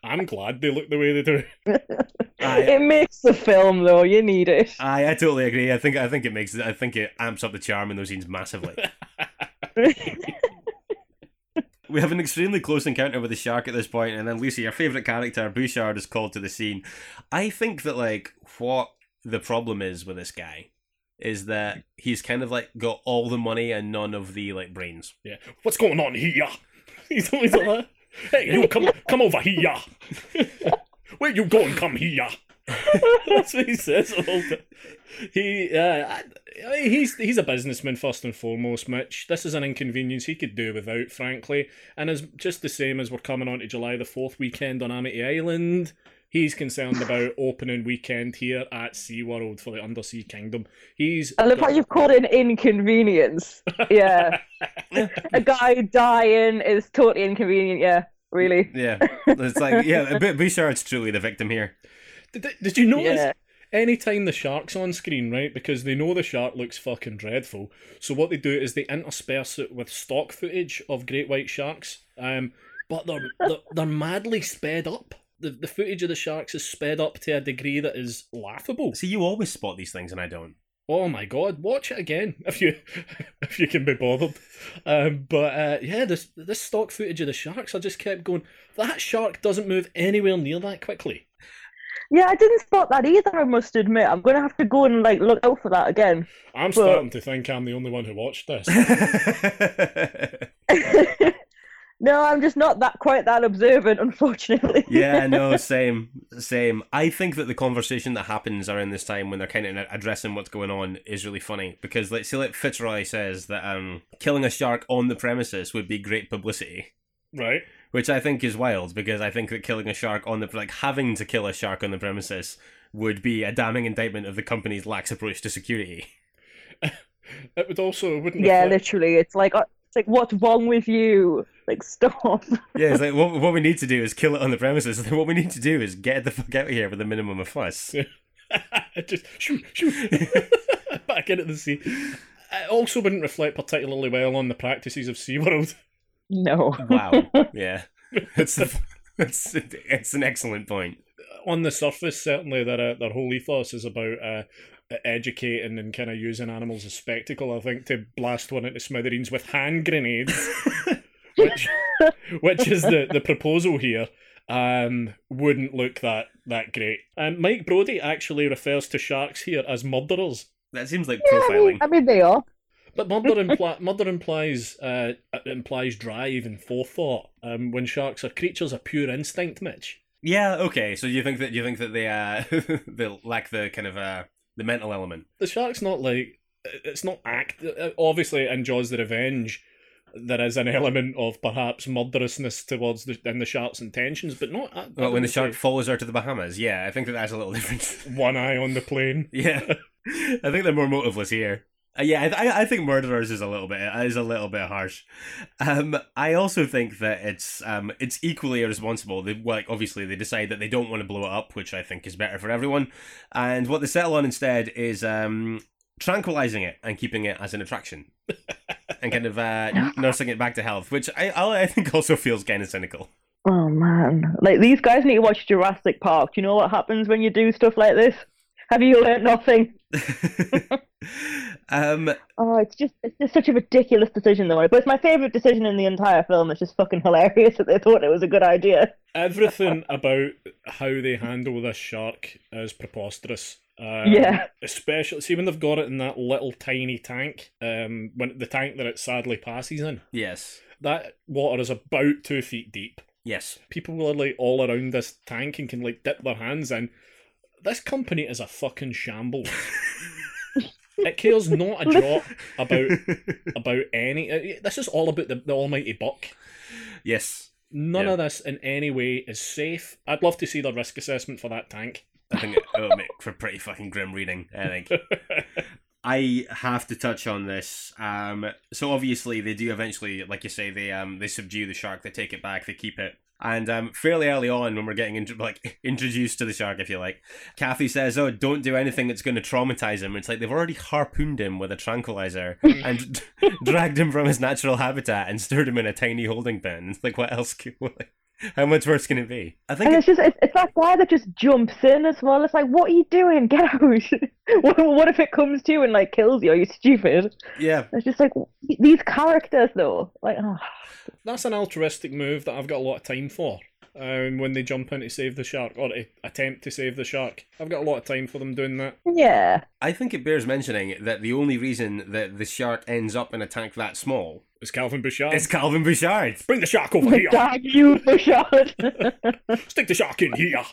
S3: I'm glad they look the way they do.
S1: I,
S4: It makes the film though. You need it.
S1: I, I totally agree. I think I think it makes I think it amps up the charm in those scenes massively. We have an extremely close encounter with the shark at this point, and then Lucy, our favourite character, Bouchard, is called to the scene. I think that like what the problem is with this guy is that he's kind of like got all the money and none of the like brains.
S3: Yeah. What's going on here? He's always like that. Hey, you come come over here. Where you going? Come here. That's what he says all the He, uh, I, I mean, he's he's a businessman first and foremost, Mitch. This is an inconvenience he could do without, frankly. And as just the same as we're coming on to July the Fourth weekend on Amity Island, he's concerned about opening weekend here at SeaWorld for the Undersea Kingdom. He's
S4: I love how you've called it an inconvenience. Yeah, a guy dying is totally inconvenient. Yeah, really.
S1: Yeah, it's like yeah, B- Bouchard's truly the victim here.
S3: Did, did you notice?
S4: Yeah.
S3: Anytime the shark's on screen, right, because they know the shark looks fucking dreadful. So what they do is they intersperse it with stock footage of great white sharks. Um, but they're they're, they're madly sped up. The, the footage of the sharks is sped up to a degree that is laughable.
S1: See, you always spot these things, and I don't.
S3: Oh my god, watch it again if you if you can be bothered. Um, but uh, yeah, this this stock footage of the sharks, I just kept going. That shark doesn't move anywhere near that quickly.
S4: Yeah, I didn't spot that either. I must admit, I'm gonna have to go and like look out for that again.
S3: I'm
S4: Well-
S3: starting to think I'm the only one who watched this.
S4: No, I'm just not that quite that observant, unfortunately.
S1: yeah, no, same, same. I think that the conversation that happens around this time when they're kind of addressing what's going on is really funny because, like, see, like Fitzroy says that um, killing a shark on the premises would be great publicity,
S3: right.
S1: which I think is wild because I think that killing a shark on the like having to kill a shark on the premises would be a damning indictment of the company's lax approach to security.
S3: It would also it wouldn't.
S4: yeah,
S3: reflect-
S4: literally, it's like uh, it's like what's wrong with you? Like stop.
S1: Yeah, it's like what, what we need to do is kill it on the premises. and then what we need to do is get the fuck out of here with a minimum of fuss.
S3: just shoo, shoo, back into the sea. It also wouldn't reflect particularly well on the practices of SeaWorld.
S4: No.
S1: Wow. Yeah. It's, it's, it's an excellent point.
S3: On the surface, certainly their uh, their whole ethos is about uh, educating and kind of using animals as spectacle. I think to blast one into smithereens with hand grenades, which which is the the proposal here. Um, wouldn't look that that great. Um, Mike Brody actually refers to sharks here as murderers.
S1: That seems like
S4: Yeah, I mean,
S1: profiling.
S4: I mean they are.
S3: But murder, impli- murder implies uh, implies drive and forethought. Um, when sharks are creatures of pure instinct, Mitch.
S1: Yeah. Okay. So you think that you think that they uh they lack the kind of uh the mental element.
S3: The shark's not like it's not act. uh, Obviously, in Jaws: The Revenge, there is an element of perhaps murderousness towards the in the shark's intentions, but not uh, I-
S1: Well, uh,
S3: I
S1: when the
S3: wouldn't
S1: shark
S3: say
S1: follows her to the Bahamas, yeah, I think that that's a little different.
S3: one eye on the plane.
S1: yeah, I think they're more motiveless here. Uh, yeah, I, I, I think murderers is a little bit is a little bit harsh. Um, I also think that it's um it's equally irresponsible. They like obviously they decide that they don't want to blow it up, which I think is better for everyone. And what they settle on instead is um tranquilizing it and keeping it as an attraction. and kind of uh, nursing it back to health, which I, I I think also feels kind of cynical.
S4: Oh man, like these guys need to watch Jurassic Park. Do you know what happens when you do stuff like this? Have you learned nothing?
S1: um,
S4: Oh, it's just it's just such a ridiculous decision though. But it's my favorite decision in the entire film. It's just fucking hilarious that they thought it was a good idea.
S3: Everything about how they handle this shark is preposterous.
S1: Uh,
S3: Um,
S4: Yeah.
S3: Especially, see when they've got it in that little tiny tank, um, when the tank that it sadly passes in,
S1: yes,
S3: that water is about two feet deep.
S1: yes,
S3: People are like all around this tank and can like dip their hands in. This company is a fucking shambles. it cares not a jot about about any. uh, This is all about the, the almighty buck.
S1: yes.
S3: None
S1: Yeah.
S3: of this in any way is safe. I'd love to see the risk assessment for that tank.
S1: I think it would make for pretty fucking grim reading. I think. I have to touch on this. Um, so obviously they do eventually, like you say, they um they subdue the shark, they take it back, they keep it. And um, fairly early on, when we're getting intro like introduced to the shark, if you like, Kathy says, "Oh, don't do anything that's going to traumatize him." It's like they've already harpooned him with a tranquilizer and d- dragged him from his natural habitat and stirred him in a tiny holding pen. It's like, what else? Can, like, how much worse can it be? I think
S4: And
S1: it-
S4: it's just it's, it's that guy that just jumps in as well. It's like, what are you doing? Get out! what, what if it comes to you and like kills you? Are you stupid?
S1: yeah,
S4: It's just like these characters though. Like, oh,
S3: That's an altruistic move that I've got a lot of time for. Um, when they jump in to save the shark or to attempt to save the shark, I've got a lot of time for them doing that.
S4: yeah.
S1: I think it bears mentioning that the only reason that the shark ends up in a tank that small
S3: It's Calvin Bouchard.
S1: is Calvin Bouchard.
S3: Bring the shark over
S4: Like,
S3: here.
S4: Damn you, Bouchard.
S3: Stick the shark in here.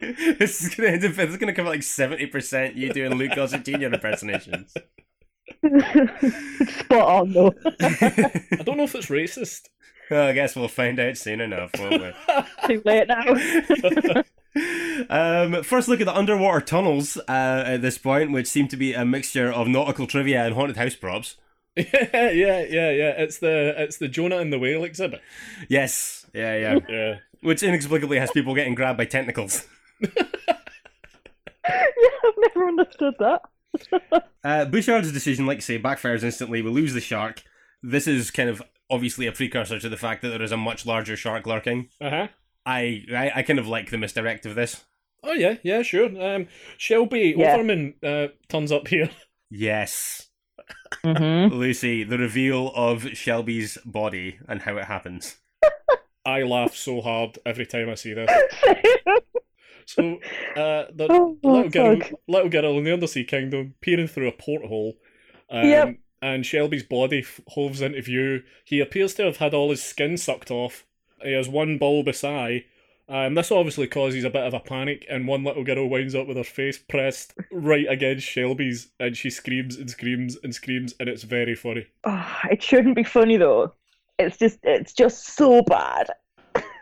S1: this is gonna end up, this is gonna come out like seventy percent you doing Luke Gossett Jr. impersonations.
S4: Spot on though.
S3: I don't know if it's racist.
S1: Well, I guess we'll find out soon enough, won't we?
S4: Too late now.
S1: um, first look at the underwater tunnels uh, at this point, which seem to be a mixture of nautical trivia and haunted house props.
S3: yeah, yeah, yeah, yeah. It's the it's the Jonah and the whale exhibit.
S1: Yes, yeah, yeah.
S3: Yeah.
S1: Which inexplicably has people getting grabbed by tentacles.
S4: yeah, I've never understood that.
S1: Uh, Bouchard's decision, like I say, backfires instantly. We lose the shark. This is kind of obviously a precursor to the fact that there is a much larger shark lurking.
S3: Uh huh.
S1: I, I, I kind of like the misdirect of this.
S3: Oh yeah, yeah, sure. Um, Shelby
S4: Yeah.
S3: Overman uh, turns up here.
S1: Yes,
S4: Mm-hmm.
S1: Lucy, the reveal of Shelby's body and how it happens.
S3: I laugh so hard every time I see this. So, uh, the
S4: Oh,
S3: little girl,
S4: fuck.
S3: little girl in the Undersea Kingdom, peering through a porthole, um,
S4: Yep.
S3: and Shelby's body f- hoves into view. He appears to have had all his skin sucked off. He has one bulbous eye. Um, this obviously causes a bit of a panic, and one little girl winds up with her face pressed right against Shelby's, and she screams and screams and screams, and it's very funny.
S4: oh, it shouldn't be funny though. It's just it's just so bad.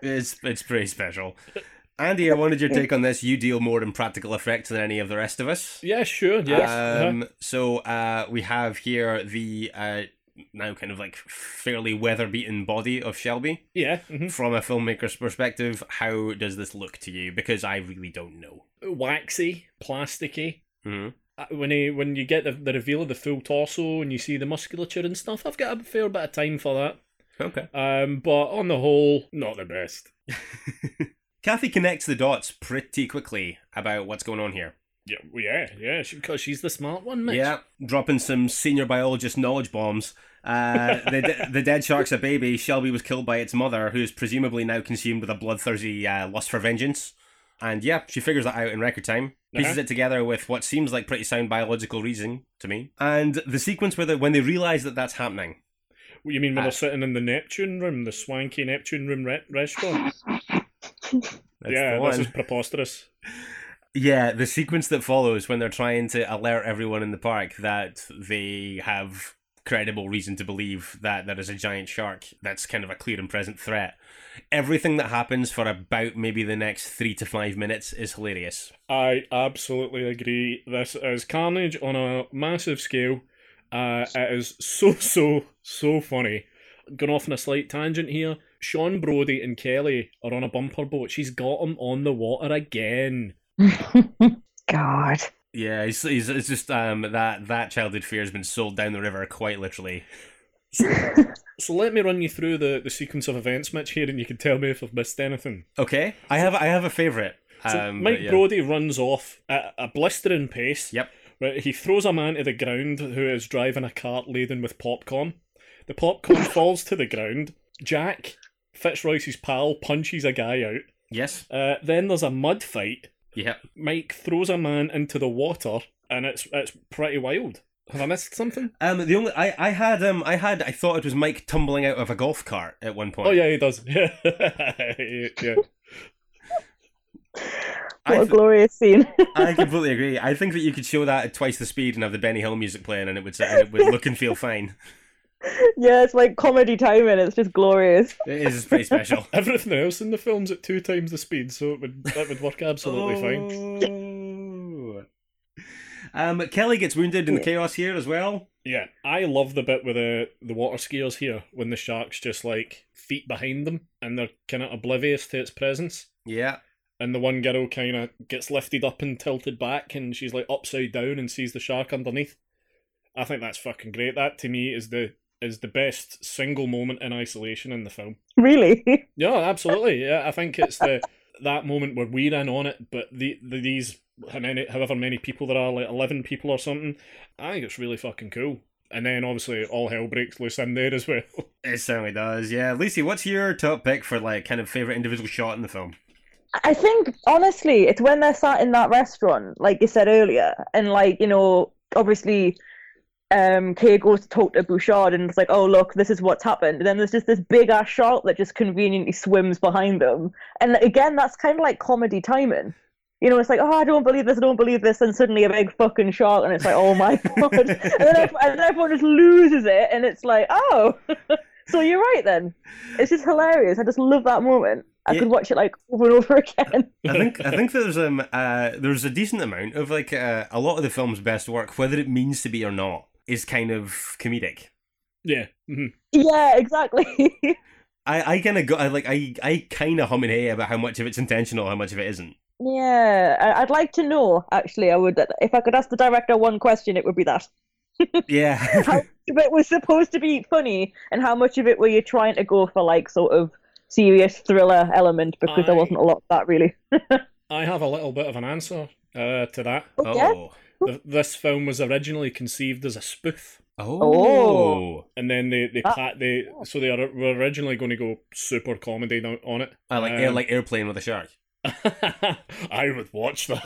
S1: It's it's pretty special. Andy, I wanted your take on this. You deal more in practical effects than any of the rest of us.
S3: Yeah, sure, yes. uh-huh.
S1: Um, so uh, we have here the uh, now kind of like fairly weather beaten body of Shelby.
S3: Yeah. mhm.
S1: From a filmmaker's perspective, how does this look to you? Because I really don't know.
S3: Waxy, plasticky.
S1: Mhm.
S3: Uh, when he, when you get the, the reveal of the full torso and you see the musculature and stuff, I've got a fair bit of time for that.
S1: Okay.
S3: Um, but on the whole, not the best.
S1: Kathy connects the dots pretty quickly about what's going on here.
S3: Yeah, well, yeah, yeah. Because she's the smart one, Mitch.
S1: Yeah, dropping some senior biologist knowledge bombs. Uh, the, de- the dead shark's a baby. Shelby was killed by its mother, who is presumably now consumed with a bloodthirsty uh, lust for vengeance. And yeah, she figures that out in record time, pieces
S3: Uh-huh.
S1: it together with what seems like pretty sound biological reasoning to me. And the sequence where they, when they realize that that's happening,
S3: What, you mean when
S1: Uh,
S3: they're sitting in the Neptune room, the swanky Neptune room re- restaurant?
S1: that's
S3: yeah,
S1: the
S3: this
S1: one.
S3: is preposterous.
S1: Yeah, the sequence that follows when they're trying to alert everyone in the park that they have credible reason to believe that there is a giant shark that's kind of a clear and present threat. Everything that happens for about maybe the next three to five minutes is hilarious.
S3: I absolutely agree. This is carnage on a massive scale. Uh, it is so, so, so funny. Going off on a slight tangent here. Sean Brody and Kelly are on a bumper boat. She's got him on the water again.
S4: God.
S1: Yeah, it's, it's, it's just um, that that childhood fear has been sold down the river quite literally.
S3: So let me run you through the, the sequence of events, Mitch, here, and you can tell me if I've missed anything.
S1: Okay, I have I have a favorite.
S3: So
S1: Um,
S3: Mike
S1: but yeah.
S3: Brody runs off at a blistering pace.
S1: Yep.
S3: Right, he throws a man to the ground who is driving a cart laden with popcorn. The popcorn falls to the ground. Jack, Fitzroyce's pal, punches a guy out.
S1: Yes.
S3: Uh, then there's a mud fight.
S1: Yep.
S3: Mike throws a man into the water, and it's it's pretty wild. Have I missed something?
S1: Um, the only I, I had um I had I thought it was Mike tumbling out of a golf cart at one point.
S3: Oh yeah, he does. Yeah, yeah.
S1: I
S4: What a
S1: th-
S4: glorious scene.
S1: I completely agree. I think that you could show that at twice the speed and have the Benny Hill music playing, and it would and it would look and feel fine.
S4: yeah, it's like comedy timing. It's just glorious.
S1: It is pretty special.
S3: Everything else in the film's at two times the speed, so it would that would work absolutely fine.
S1: Oh. Um, Kelly gets wounded in the chaos here as well.
S3: Yeah, I love the bit with the the water skiers here when the shark's just like feet behind them and they're kind of oblivious to its presence.
S1: Yeah.
S3: And the one girl kind of gets lifted up and tilted back, and she's like upside down and sees the shark underneath. I think that's fucking great. That to me is the is the best single moment in isolation in the film.
S4: Really?
S3: Yeah, absolutely. Yeah, I think it's the that moment where we're in on it, but the, the these how many, however many people there are, like eleven people or something. I think it's really fucking cool. And then obviously all hell breaks loose in there as well.
S1: It certainly does. Yeah. Lacey, what's your top pick for like kind of favorite individual shot in the film?
S4: I think honestly, it's when they're sat in that restaurant, like you said earlier, and like you know, obviously, um, Kay goes to talk to Bouchard, and it's like, oh look, this is what's happened. And then there's just this big ass shark that just conveniently swims behind them, and again, that's kind of like comedy timing. You know, it's like, oh, I don't believe this, I don't believe this, and suddenly a big fucking shark, and it's like, oh my god, and then, ev- and then everyone just loses it, and it's like, oh, so you're right then. It's just hilarious. I just love that moment. I
S1: Yeah.
S4: could watch it like over and over again.
S1: I think I think there's um uh there's a decent amount of like uh, a lot of the film's best work, whether it means to be or not, is kind of comedic.
S3: yeah. mhm.
S4: Yeah, exactly.
S1: I, I kind of go I like I I kind of hum and hey about how much of it's intentional, how much of it isn't.
S4: yeah, I- I'd like to know. Actually, I would. If I could ask the director one question, it would be that.
S1: Yeah,
S4: How much of it was supposed to be funny, and how much of it were you trying to go for like sort of serious thriller element? Because there
S3: I-
S4: wasn't a lot of that really.
S3: I have a little bit of an answer uh, to that.
S4: Oh, yeah.
S3: Th this film was originally conceived as a spoof.
S1: oh,
S3: And then they they,
S4: Ah.
S3: pat, they so they are, were originally going to go super comedy on on it.
S1: I like air
S3: Um,
S1: like airplane with a shark.
S3: I would watch that.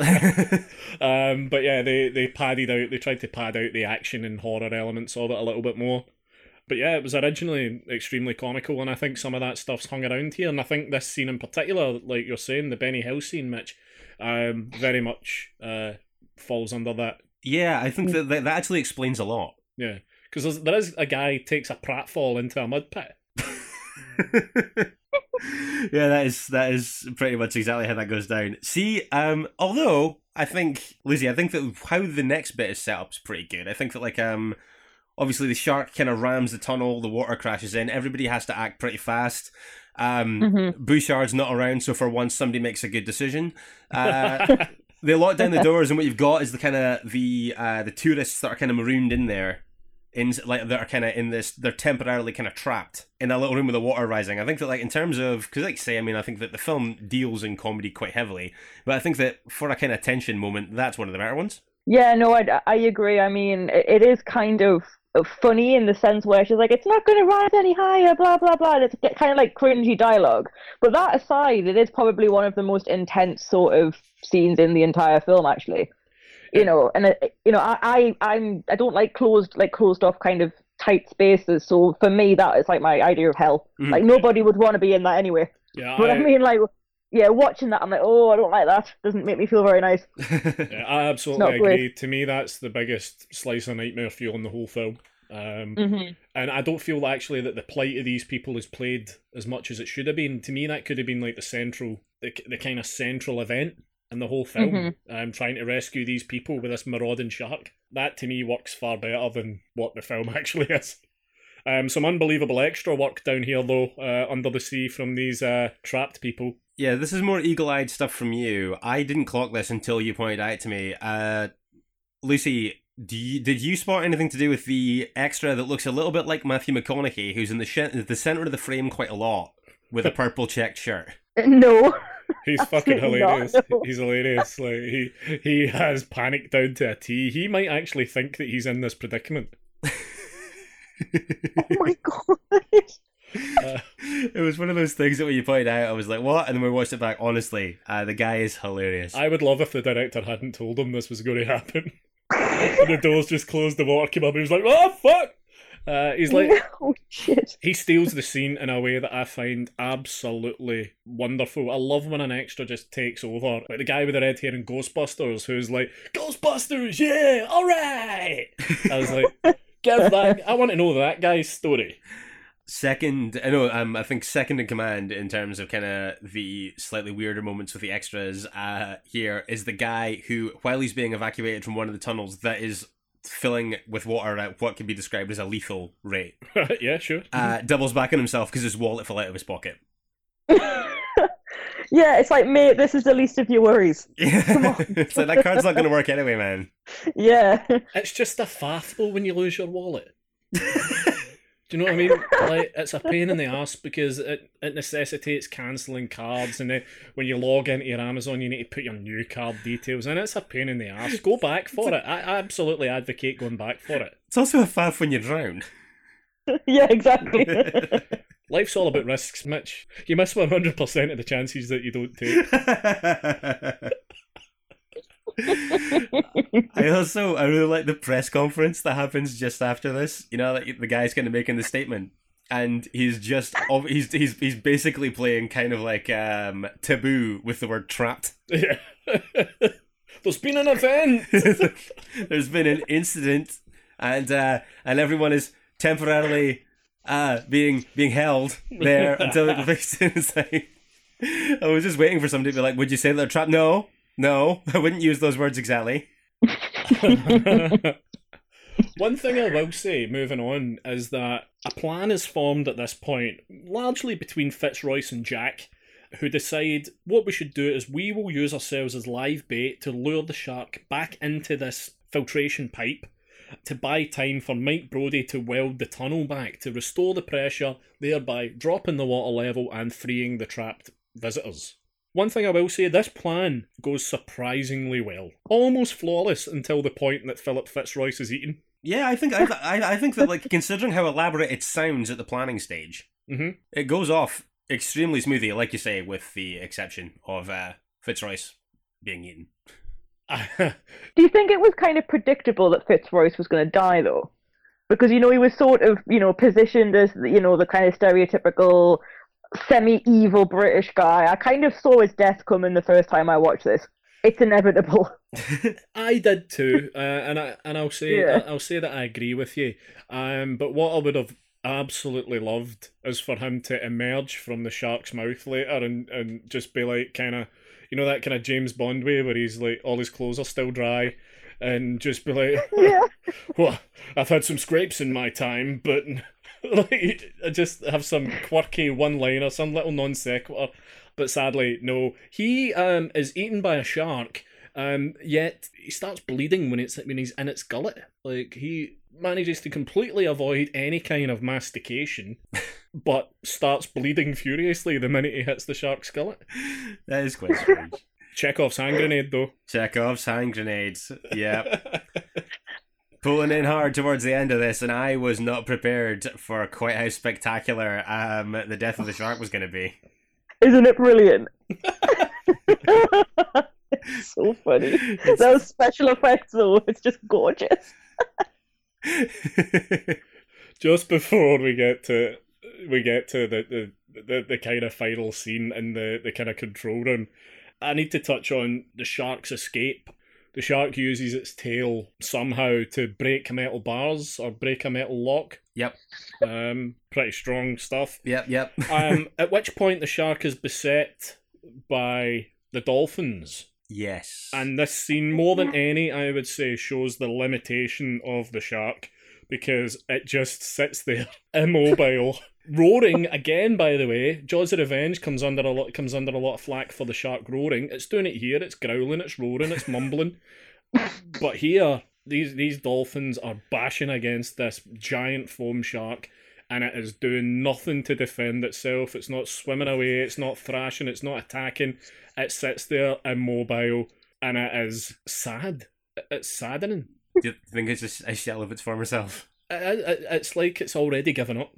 S3: um, but yeah, they they padded out. They tried to pad out the action and horror elements of it a little bit more. But yeah, it was originally extremely comical, and I think some of that stuff's hung around here. And I think this scene in particular, like you're saying, the Benny Hill scene, Mitch, um, very much uh, falls under that.
S1: Yeah, I think that, that that actually explains a lot.
S3: Yeah, because there is a guy takes a pratfall into a mud pit.
S1: yeah, that is that is pretty much exactly how that goes down. See, um, although I think Lizzie, I think that how the next bit is set up is pretty good. I think that like um, obviously the shark kind of rams the tunnel, the water crashes in, everybody has to act pretty fast. Um,
S4: Mhm.
S1: Bouchard's not around, so for once somebody makes a good decision. Uh, they lock down the doors, and what you've got is the kind of the uh, the tourists that are kind of marooned in there, in like that are kind of in this. They're temporarily kind of trapped in a little room with the water rising. I think that like in terms of because like say, I mean, I think that the film deals in comedy quite heavily, but I think that for a kind of tension moment, that's one of the better ones.
S4: Yeah, no, I, I agree. I mean, i- it is kind of funny in the sense where she's like, it's not going to rise any higher, blah, blah, blah. And it's get- kind of like cringy dialogue. But that aside, it is probably one of the most intense sort of scenes in the entire film, actually. You know, and it- you know, I, I, I'm, I don't like closed, like closed off kind of tight spaces. So for me, that is like my idea of hell.
S1: Mhm.
S4: Like nobody would want to be in that anyway.
S3: Yeah,
S4: But I mean, like, yeah, watching that, I'm like, oh, I don't like that. Doesn't make me feel very nice.
S3: Yeah, I
S4: not great.
S3: absolutely agree. To me, that's the biggest slice of nightmare fuel in the whole film. Um,
S4: Mm-hmm.
S3: And I don't feel actually that the plight of these people is played as much as it should have been. To me, that could have been like the central, the, the kind of central event in the whole film.
S4: Mhm.
S3: Um, trying to rescue these people with this marauding shark. That to me works far better than what the film actually is. Um, some unbelievable extra work down here though, uh, under the sea from these uh, trapped people.
S1: Yeah, this is more eagle-eyed stuff from you. I didn't clock this until you pointed out to me. Uh, Lucy, Do you, did you spot anything to do with the extra that looks a little bit like Matthew McConaughey, who's in the sh- the center of the frame quite a lot, with a purple checked shirt?
S4: No.
S3: He's fucking
S4: Absolutely not,
S3: hilarious.
S4: no.
S3: He's hilarious. Like he he has panicked down to a T. He might actually think that he's in this predicament.
S4: Oh my god.
S1: it was one of those things that when you pointed out, I was like, "What?" And then we watched it back. Honestly, uh, the guy is hilarious.
S3: I would love if the director hadn't told him this was going to happen. and the doors just closed. The water came up. He was like, "Oh fuck!" Uh, he's like,
S4: oh shit.
S3: He steals the scene in a way that I find absolutely wonderful. I love when an extra just takes over. Like the guy with the red hair in Ghostbusters who's like, Ghostbusters, yeah, alright. I was like, give that I want to know that guy's story.
S1: second, I know, um, I think second in command in terms of kind of the slightly weirder moments with the extras. Uh, here is the guy who, while he's being evacuated from one of the tunnels, that is filling with water at what can be described as a lethal rate.
S3: yeah, sure.
S1: uh, doubles back on himself because his wallet fell out of his pocket.
S4: yeah, it's like mate, this is the least of your worries. on.
S1: it's like that card's not going to work anyway, man.
S4: Yeah.
S3: It's just a faffle when you lose your wallet. Do you know what I mean? Like it's a pain in the ass because it, it necessitates cancelling cards, and then when you log into your Amazon, you need to put your new card details in. It's a pain in the ass. Go back for it. I I absolutely advocate going back for it.
S1: It's also a faff when you drown.
S4: yeah, exactly.
S3: Life's all about risks, Mitch. You miss one hundred percent of the chances that you don't take.
S1: I also I really like the press conference that happens just after this. You know, like the guy's kind of making the statement, and he's just ob- he's he's he's basically playing kind of like um taboo with the word trapped.
S3: Yeah. There's been an event.
S1: There's been an incident, and uh, and everyone is temporarily uh, being being held there until it fixed. It's like, I was just waiting for somebody to be like, "Would you say they're trapped?" No, no, I wouldn't use those words exactly.
S3: One thing I will say, moving on, is that a plan is formed at this point, largely between Fitzroyce and Jack, who decide what we should do is we will use ourselves as live bait to lure the shark back into this filtration pipe to buy time for Mike Brody to weld the tunnel back to restore the pressure, thereby dropping the water level and freeing the trapped visitors. One thing I will say, this plan goes surprisingly well. Almost flawless until the point that Philip Fitzroyce is eaten.
S1: Yeah, I think I, I I think that like considering how elaborate it sounds at the planning stage,
S3: Mhm.
S1: it goes off extremely smoothly, like you say, with the exception of uh, Fitzroyce being eaten.
S4: Do you think it was kind of predictable that Fitzroyce was going to die though? Because you know he was sort of you know positioned as you know the kind of stereotypical semi-evil British guy. I kind of saw his death coming the first time I watched this. It's inevitable.
S3: I did too, uh, and I and I'll say
S4: Yeah.
S3: I'll say that I agree with you. Um, but what I would have absolutely loved is for him to emerge from the shark's mouth later and and just be like kind of you know that kind of James Bond way where he's like all his clothes are still dry. And just be like,
S4: Yeah.
S3: well, I've had some scrapes in my time, but like, I just have some quirky one-liner, some little non sequitur. But sadly, no. He um is eaten by a shark, um, yet he starts bleeding when it's when he's in its gullet. Like he manages to completely avoid any kind of mastication, but starts bleeding furiously the minute he hits the shark's gullet.
S1: That is quite strange.
S3: Chekhov's hand grenade, though.
S1: Chekhov's hand grenades. Yeah. Pulling in hard towards the end of this, and I was not prepared for quite how spectacular um, the death of the shark was going to be.
S4: Isn't it brilliant? so funny. Those special effects though, it's just gorgeous.
S3: just before we get to we get to the the, the, the kind of final scene in the, the kind of control room, I need to touch on the shark's escape. The shark uses its tail somehow to break metal bars or break a metal lock.
S1: Yep.
S3: Um, pretty strong stuff.
S1: Yep, yep.
S3: Um, at which point the shark is beset by the dolphins.
S1: yes.
S3: And this scene, more than any, I would say, shows the limitation of the shark because it just sits there immobile, roaring again. By the way, Jaws of Revenge comes under a lot comes under a lot of flack for the shark roaring. It's doing it here. It's growling. It's roaring. It's mumbling. But here, these these dolphins are bashing against this giant foam shark and it is doing nothing to defend itself. It's not swimming away, it's not thrashing, it's not attacking. It sits there immobile and it is sad. It's saddening.
S1: Do you think it's just a shell of its former self?
S3: It- it- it's like it's already given up.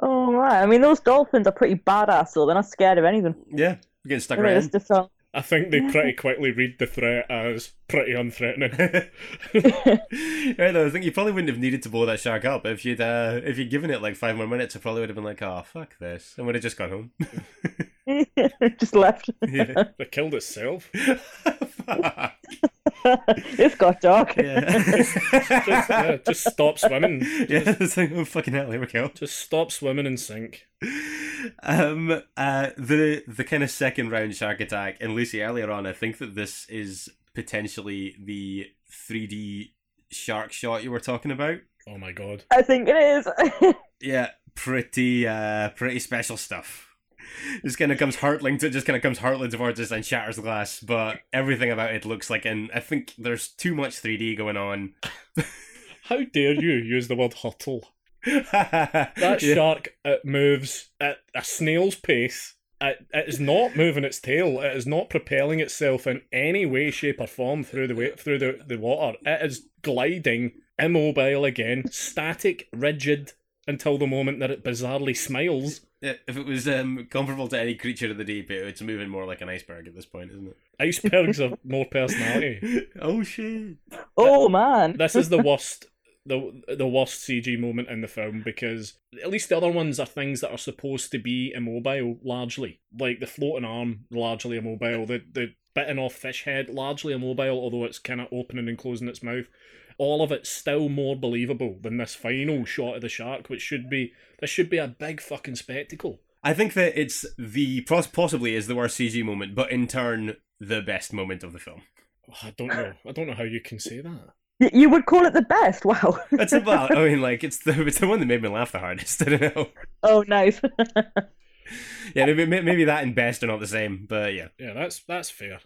S4: Oh man, I mean those dolphins are pretty badass though. They're not scared of anything.
S1: Yeah, you're getting stuck
S4: I mean,
S1: right
S4: it's
S1: in.
S4: just a-
S3: I think they pretty quickly read the threat as pretty unthreatening.
S1: right though, I think you probably wouldn't have needed to blow that shark up if you'd uh, if you'd given it like five more minutes. I probably would have been like, "Oh fuck this," and would have just gone home.
S4: just left.
S1: yeah.
S3: they killed itself.
S1: Fuck.
S4: it's got dark.
S3: Just,
S1: yeah.
S3: yeah, just stop swimming.
S1: yeah, it's like, oh, fucking hell, here we go.
S3: Just stop swimming and sink.
S1: Um, uh, the the kind of second round shark attack, and Lucy earlier on, I think that this is potentially the 3D shark shot you were talking about.
S3: Oh my god.
S4: I think it is.
S1: Yeah, pretty uh, pretty special stuff. This kind of comes hurtling to just kind of comes hurtling towards us and shatters glass, but everything about it looks like, and I think there's too much 3D going on.
S3: How dare you use the word hurtle?
S1: that
S3: That shark it moves at a snail's pace. It, it is not moving its tail. It is not propelling itself in any way, shape, or form through the wa- through the, the water. It is gliding, immobile again, static, rigid, until the moment that it bizarrely smiles.
S1: Yeah, if it was um, comparable to any creature of the deep, it- it's moving more like an iceberg at this point, isn't it?
S3: Icebergs have more personality.
S1: oh shit!
S4: oh man.
S3: This is the worst. The, the worst CG moment in the film because at least the other ones are things that are supposed to be immobile largely, like the floating arm largely immobile, the the bitten off fish head largely immobile, although it's kind of opening and closing its mouth. All of it's still more believable than this final shot of the shark, which should be this should be a big fucking spectacle.
S1: I think that it's the poss- possibly is the worst CG moment, but in turn the best moment of the film.
S3: Oh, I don't know. I don't know how you can say that.
S4: Y- you would call it the best. Wow.
S1: That's about. I mean, like it's the it's the one that made me laugh the hardest. I don't know.
S4: Oh nice.
S1: Yeah, maybe may- maybe that and best are not the same, but yeah.
S3: Yeah, that's that's fair.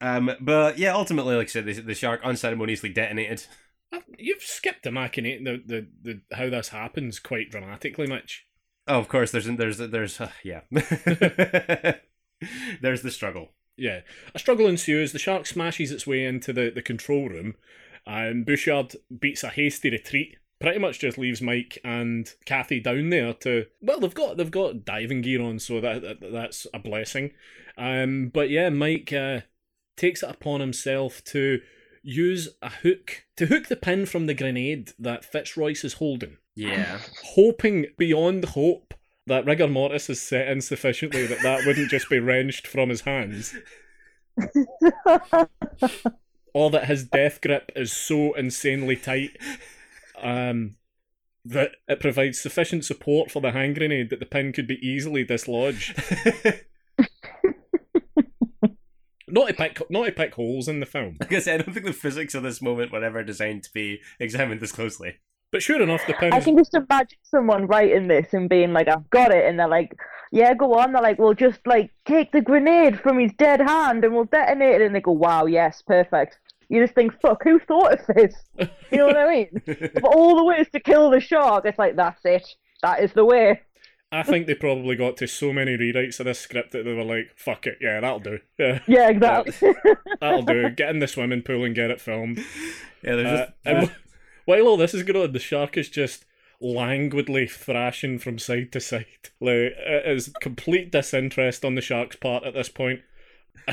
S1: Um, but yeah, ultimately, like I said, the, the shark unceremoniously detonated.
S3: I- You've skipped the machinate, the, the the how this happens quite dramatically, Mitch.
S1: Oh, of course, there's there's there's uh, yeah, there's the struggle.
S3: Yeah. A struggle ensues. The shark smashes its way into the, the control room, and Bouchard beats a hasty retreat. Pretty much just leaves Mike and Kathy down there to well they've got they've got diving gear on so that, that that's a blessing, um but yeah Mike uh, takes it upon himself to use a hook to hook the pin from the grenade that Fitzroyce is holding,
S1: Yeah,
S3: hoping beyond hope that rigor mortis is set in sufficiently that that wouldn't just be wrenched from his hands or that his death grip is so insanely tight um, that it provides sufficient support for the hand grenade that the pin could be easily dislodged. not to pick, not to pick holes in the film.
S1: like I said, I don't think the physics of this moment were ever designed to be examined this closely.
S3: But sure enough, the pin.
S4: I
S3: Is,
S4: can just imagine someone writing this and being like, I've got it. And they're like, yeah, go on. They're like, well, just like take the grenade from his dead hand and we'll detonate it. And they go, wow, yes, perfect. You just think, fuck, who thought of this? You know what I mean? of all the ways to kill the shark, it's like, that's it. That is the way.
S3: I think they probably got to so many rewrites of this script that they were like, "Fuck it, yeah, that'll do. Yeah,
S4: Yeah, exactly.
S3: that'll do. Get in the swimming pool and get it filmed."
S1: Yeah, there's
S3: Uh,
S1: just,
S3: and wh- while all this is going on, the shark is just languidly thrashing from side to side. Like, it is complete disinterest on the shark's part at this point.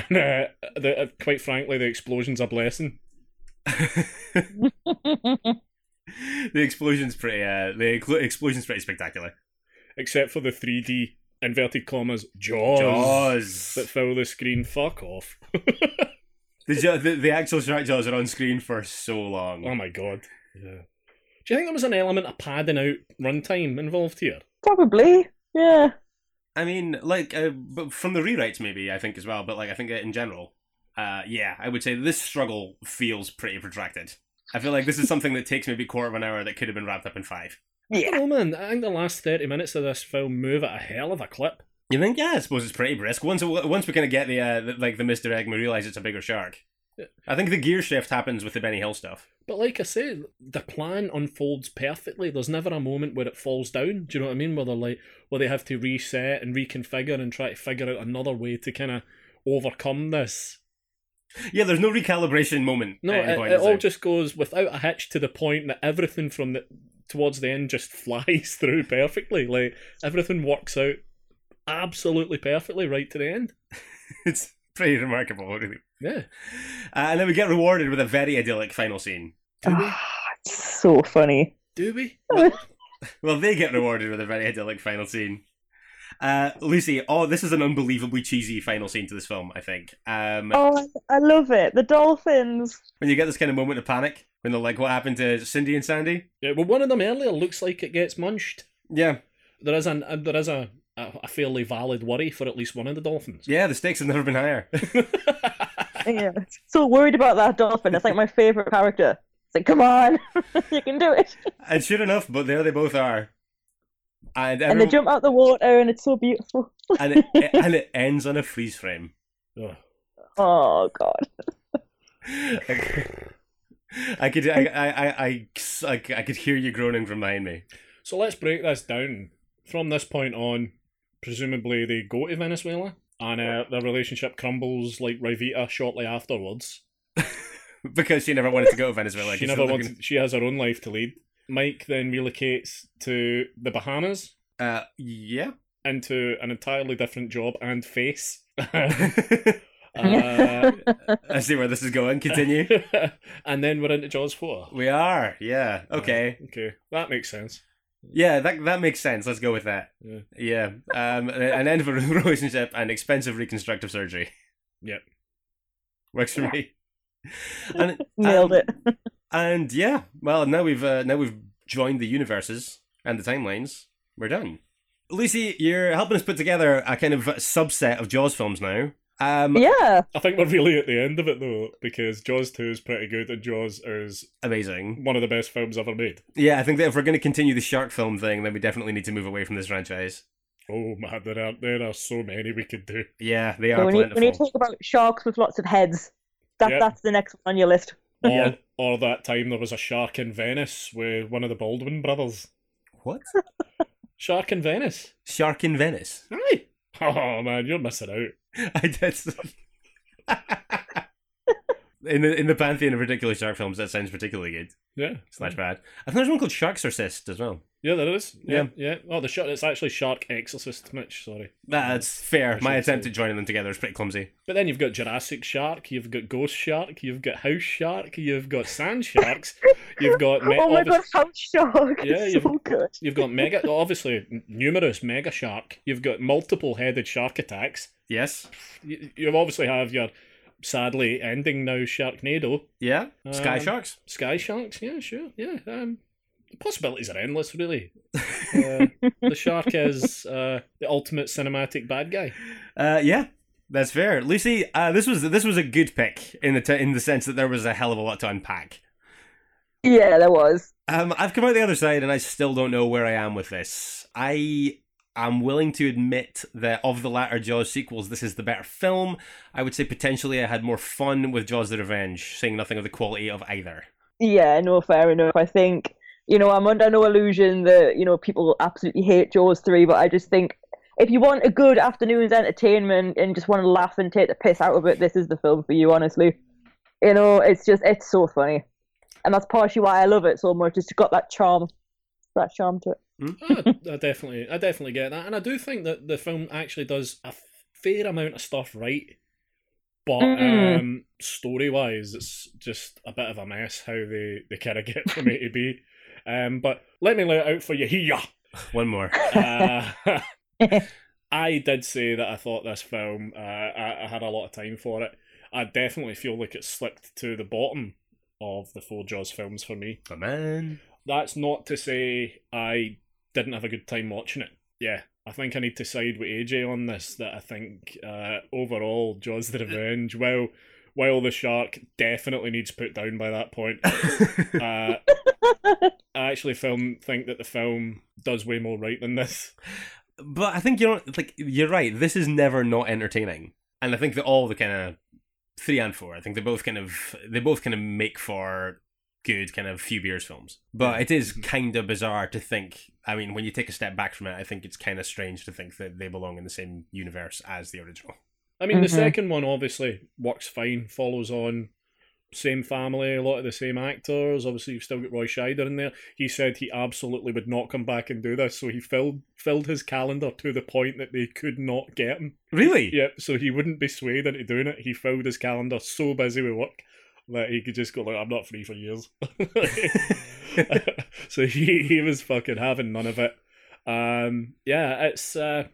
S3: And uh, the, uh, quite frankly, the explosion's a blessing.
S1: the explosion's pretty. Uh, the cl- explosion's pretty spectacular.
S3: Except for the 3D inverted commas jaws,
S1: Jaws.
S3: that fill the screen. Fuck off.
S1: The, ja- the the actual shark jaws are on screen for so long.
S3: Oh my god. Yeah. Do you think there was an element of padding out runtime involved here?
S4: Probably. Yeah.
S1: I mean, like, uh, but from the rewrites, maybe I think as well. But like, I think uh, in general, uh, yeah, I would say this struggle feels pretty protracted. I feel like this is something that takes maybe a quarter of an hour that could have been wrapped up in five.
S4: Yeah.
S3: Oh man, I think the last 30 minutes of this film move at a hell of a clip.
S1: You think? Yeah, I suppose it's pretty brisk. Once once we kind of get the, uh, the like the Mister Egg, we realize it's a bigger shark. I think the gear shift happens with the Benny Hill stuff.
S3: But like I say, the plan unfolds perfectly. There's never a moment where it falls down. Do you know what I mean? Where they're like, where they have to reset and reconfigure and try to figure out another way to kind of overcome this.
S1: Yeah, there's no recalibration moment.
S3: No,
S1: at any
S3: it,
S1: point,
S3: it
S1: is there?
S3: all just goes without a hitch to the point that everything from the towards the end just flies through perfectly. Like everything works out absolutely perfectly right to the end.
S1: it's pretty remarkable, really.
S3: Yeah.
S1: Uh, and then we get rewarded with a very idyllic final scene.
S4: it's so funny.
S3: Do we?
S1: Well, they get rewarded with a very idyllic final scene. Uh, Lucy, oh, this is an unbelievably cheesy final scene to this film. I think um,
S4: Oh, I I love it. The dolphins.
S1: when you get this kind of moment of panic when they're like, "What happened to Cindy and Sandy?"
S3: Yeah, well, one of them earlier looks like it gets munched.
S1: Yeah,
S3: There is an uh, there is a, a a fairly valid worry for at least one of the dolphins.
S1: yeah, the stakes have never been higher.
S4: Yeah. So worried about that dolphin. It's like my favorite character. It's like, come on, you can do it.
S1: and sure enough, but there they both are. And
S4: And they
S1: everyone,
S4: jump out the water, and it's so beautiful.
S1: and, it, it- and it ends on a freeze frame.
S3: Ugh.
S4: Oh god.
S1: I, I could I, I, I, I, I could hear you groaning from behind me.
S3: So let's break this down. From this point on, presumably they go to Venezuela, and uh, their relationship crumbles like Rivita shortly afterwards.
S1: Because she never wanted to go to Venezuela.
S3: she
S1: She's
S3: never
S1: looking-
S3: wants. She has her own life to lead. Mike then relocates to the Bahamas
S1: Uh, yeah.
S3: into an entirely different job and face. Uh,
S1: I see where this is going. Continue.
S3: and then we're into Jaws four. Uh,
S1: We are. Yeah. Okay.
S3: Okay, that makes sense.
S1: Yeah. That that makes sense. Let's go with that.
S3: Yeah.
S1: Yeah. Um, an end of a relationship and expensive reconstructive surgery.
S3: Yep.
S1: Works for me. And
S4: Nailed
S1: um,
S4: it.
S1: And yeah, well now we've uh, now we've joined the universes and the timelines. We're done. Lucy, you're helping us put together a kind of subset of Jaws films now. Um,
S4: Yeah.
S3: I think we're really at the end of it though, because Jaws two is pretty good, and Jaws is
S1: Amazing.
S3: one of the best films ever made.
S1: Yeah, I think that if we're going to continue the shark film thing, then we definitely need to move away from this franchise.
S3: Oh man, there are there are so many we could do.
S1: Yeah, they
S4: So
S1: are
S4: we, need, we need to
S1: plentiful.
S4: talk about sharks with lots of heads. That,
S3: Yep.
S4: That's the next one on your list.
S3: Or,
S1: Yeah.
S3: or that time there was a shark in Venice with one of the Baldwin brothers.
S1: What?
S3: Shark in Venice.
S1: Shark in Venice.
S3: Aye. Oh man, you're missing out.
S1: I did. in the in the pantheon of ridiculous shark films, that sounds particularly good
S3: Yeah.
S1: slash bad. I think there's one called Sharksorcist as well.
S3: Yeah, there is. Yeah, yeah. Oh, the shark. It's actually Shark Exorcist, Mitch. Sorry.
S1: That's fair.
S3: I
S1: My
S3: should
S1: attempt
S3: say.
S1: at joining them together is pretty clumsy.
S3: But then you've got Jurassic Shark, you've got Ghost Shark, you've got House Shark, you've got Sand Sharks, you've got me-
S4: oh my
S3: obvi-
S4: god, Hound Shark!
S3: Yeah,
S4: it's
S3: you've-
S4: so good.
S3: you've got mega, obviously n- numerous mega shark. You've got multiple headed shark attacks.
S1: Yes.
S3: You, you obviously have your sadly ending now Sharknado,
S1: Yeah. Sky
S3: Um,
S1: sharks.
S3: Sky Sharks. Yeah, sure. Yeah. Um, the possibilities are endless, really. Uh, the shark is uh, the ultimate cinematic bad guy.
S1: Uh, yeah, that's fair. Lucy, uh, this was this was a good pick in the t- in the sense that there was a hell of a lot to unpack.
S4: Yeah, there was.
S1: Um, I've come out the other side, and I still don't know where I am with this. I am willing to admit that of the latter Jaws sequels, this is the better film. I would say potentially I had more fun with Jaws: The Revenge, saying nothing of the quality of either.
S4: Yeah, no, fair enough. I think you know I'm under no illusion that you know people absolutely hate Jaws three, but I just think if you want a good afternoon's entertainment and just want to laugh and take the piss out of it, this is the film for you. Honestly, you know it's just it's so funny, and that's partially why I love it so much. It's got that charm, that charm to it.
S3: I, I definitely, I definitely get that, and I do think that the film actually does a fair amount of stuff right, but
S4: Mm.
S3: um, story wise, it's just a bit of a mess how they they kind of get from A to B. Um, but let me lay it out for you here.
S1: One more.
S3: Uh, I did say that I thought this film, uh, I, I had a lot of time for it. I definitely feel like it slipped to the bottom of the four Jaws films for me
S1: Oh, man.
S3: that's not to say I didn't have a good time watching it. Yeah, I think I need to side with AJ on this. That I think uh, overall, Jaws the Revenge, while while the shark definitely needs put down by that point, uh, I actually film think that the film does way more right than this.
S1: but I think you're like you're right. This is never not entertaining, and I think that all the kind of three and four. I think they both kind of they both kind of make for good kind of few beers films. But it is kind of bizarre to think. I mean, when you take a step back from it, I think it's kind of strange to think that they belong in the same universe as the original.
S3: I mean, the
S4: Mhm.
S3: second one obviously works fine, follows on same family, a lot of the same actors. Obviously, you've still got Roy Scheider in there. He said he absolutely would not come back and do this, so he filled filled his calendar to the point that they could not get him.
S1: Really?
S3: Yep, so he wouldn't be swayed into doing it. He filled his calendar so busy with work that he could just go like, "I'm not free for years." so he he was fucking having none of it. Um, yeah, it's uh,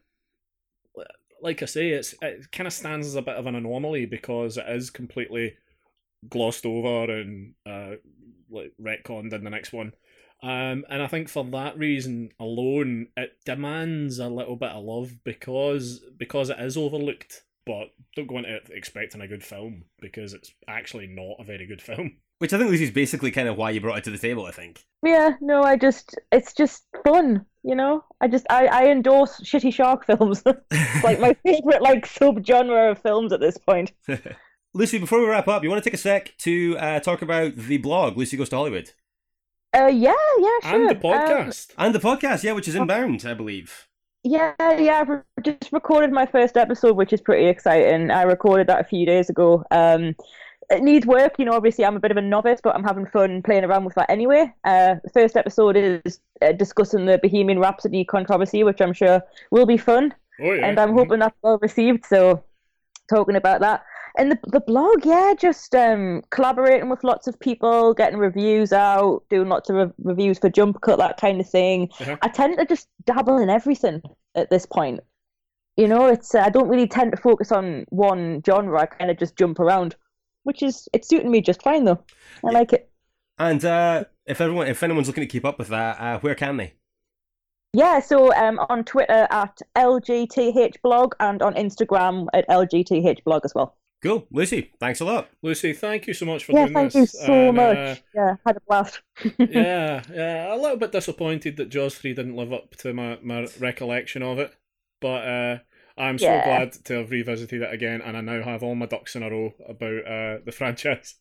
S3: like I say, it's it kind of stands as a bit of an anomaly because it is completely glossed over and uh, like retconned in the next one. Um, and I think for that reason alone, it demands a little bit of love because because it is overlooked. But don't go into it expecting a good film because it's actually not a very good film.
S1: Which I think this is basically kind of why you brought it to the table. I think.
S4: Yeah, no, I just it's just fun, you know. I just I, I endorse shitty shark films. It's like my favorite like subgenre of films at this point.
S1: Lucy, before we wrap up, you want to take a sec to uh, talk about the blog, Lucy Goes to Hollywood,
S4: Uh, yeah, yeah, sure.
S3: And the
S4: Um,
S3: podcast.
S1: and the podcast, yeah, which is inbound, I believe.
S4: yeah, yeah. I've re- just recorded my first episode, which is pretty exciting. I recorded that a few days ago. Um, it needs work, you know. Obviously, I'm a bit of a novice, but I'm having fun playing around with that anyway. Uh, the first episode is uh, discussing the Bohemian Rhapsody controversy, which I'm sure will be fun.
S3: oh yeah.
S4: and I'm
S3: Mhm.
S4: hoping that's well received. So, talking about that and the the blog, yeah, just um, collaborating with lots of people, getting reviews out, doing lots of re- reviews for Jump Cut, that kind of thing.
S3: Uh-huh.
S4: I tend to just dabble in everything at this point. You know, it's uh, I don't really tend to focus on one genre. I kind of just jump around, which is it's suiting me just fine though. I like it.
S1: And uh, if everyone, if anyone's looking to keep up with that, uh, where can they?
S4: Yeah, so um, on Twitter at LGTH blog and on Instagram at LGTH blog as well.
S1: Cool, Lucy. Thanks a lot.
S3: Lucy, thank you so much for
S4: Yeah,
S3: doing
S4: thank
S3: this.
S4: you so
S3: And,
S4: much.
S3: uh,
S4: yeah, had a blast.
S3: yeah, yeah. A little bit disappointed that Jaws three didn't live up to my, my recollection of it, but uh, I'm so
S4: Yeah.
S3: glad to have revisited it again, and I now have all my ducks in a row about uh, the franchise.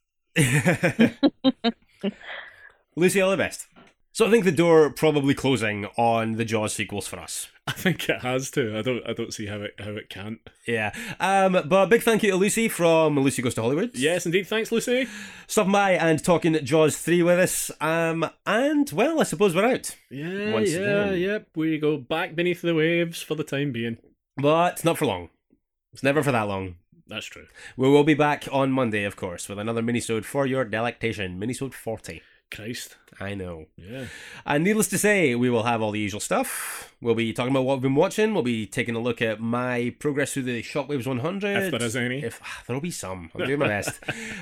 S1: Lucy, all the best. So I think the door probably closing on the Jaws sequels for us.
S3: I think it has to. I don't. I don't see how it how it can't.
S1: Yeah. Um, but big thank you to Lucy from Lucy Goes to Hollywood.
S3: Yes, indeed. Thanks, Lucy.
S1: Stopping by and talking Jaws 3 with us. Um, and, well, I suppose we're out.
S3: Yeah,
S1: Once
S3: yeah,
S1: again.
S3: yep. We go back beneath the waves for the time being.
S1: But not for long. It's never for that long.
S3: That's true.
S1: We will be back on Monday, of course, with another minisode for your delectation. Minisode 40.
S3: Christ.
S1: I know.
S3: Yeah.
S1: And Uh, needless to say, we will have all the usual stuff. We'll be talking about what we've been watching. We'll be taking a look at my progress through the Shockwaves 100.
S3: If there is any.
S1: If, ah, there'll be some. I'm doing my best.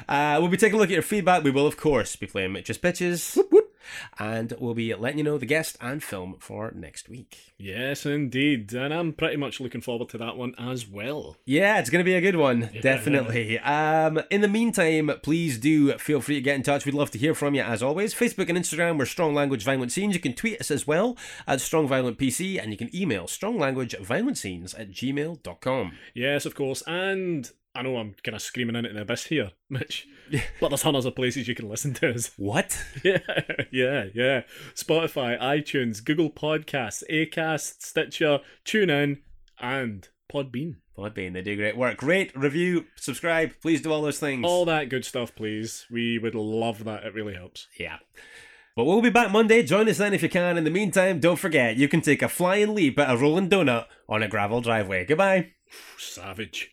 S1: Uh, we'll be taking a look at your feedback. We will, of course, be playing Mitch's Bitches. And we'll be letting you know the guest and film for next week.
S3: Yes, indeed. And I'm pretty much looking forward to that one as well.
S1: Yeah, it's going to be a good one, definitely. Um, in the meantime, please do feel free to get in touch. We'd love to hear from you as always. Facebook and Instagram, we're Strong Language Violent Scenes. You can tweet us as well at Strong Violent PC, and you can email stronglanguageviolentscenes at gmail.com.
S3: Yes, of course. And I know I'm kind of screaming into the abyss here, Mitch, but there's hundreds of places you can listen to us.
S1: What?
S3: yeah, yeah, yeah. Spotify, iTunes, Google Podcasts, Acast, Stitcher, TuneIn, and Podbean.
S1: Podbean, they do great work. Rate, review, subscribe. Please do all those things.
S3: All that good stuff, please. We would love that. It really helps.
S1: Yeah. But we'll be back Monday. Join us then if you can. In the meantime, don't forget, you can take a flying leap at a rolling donut on a gravel driveway. Goodbye.
S3: Savage.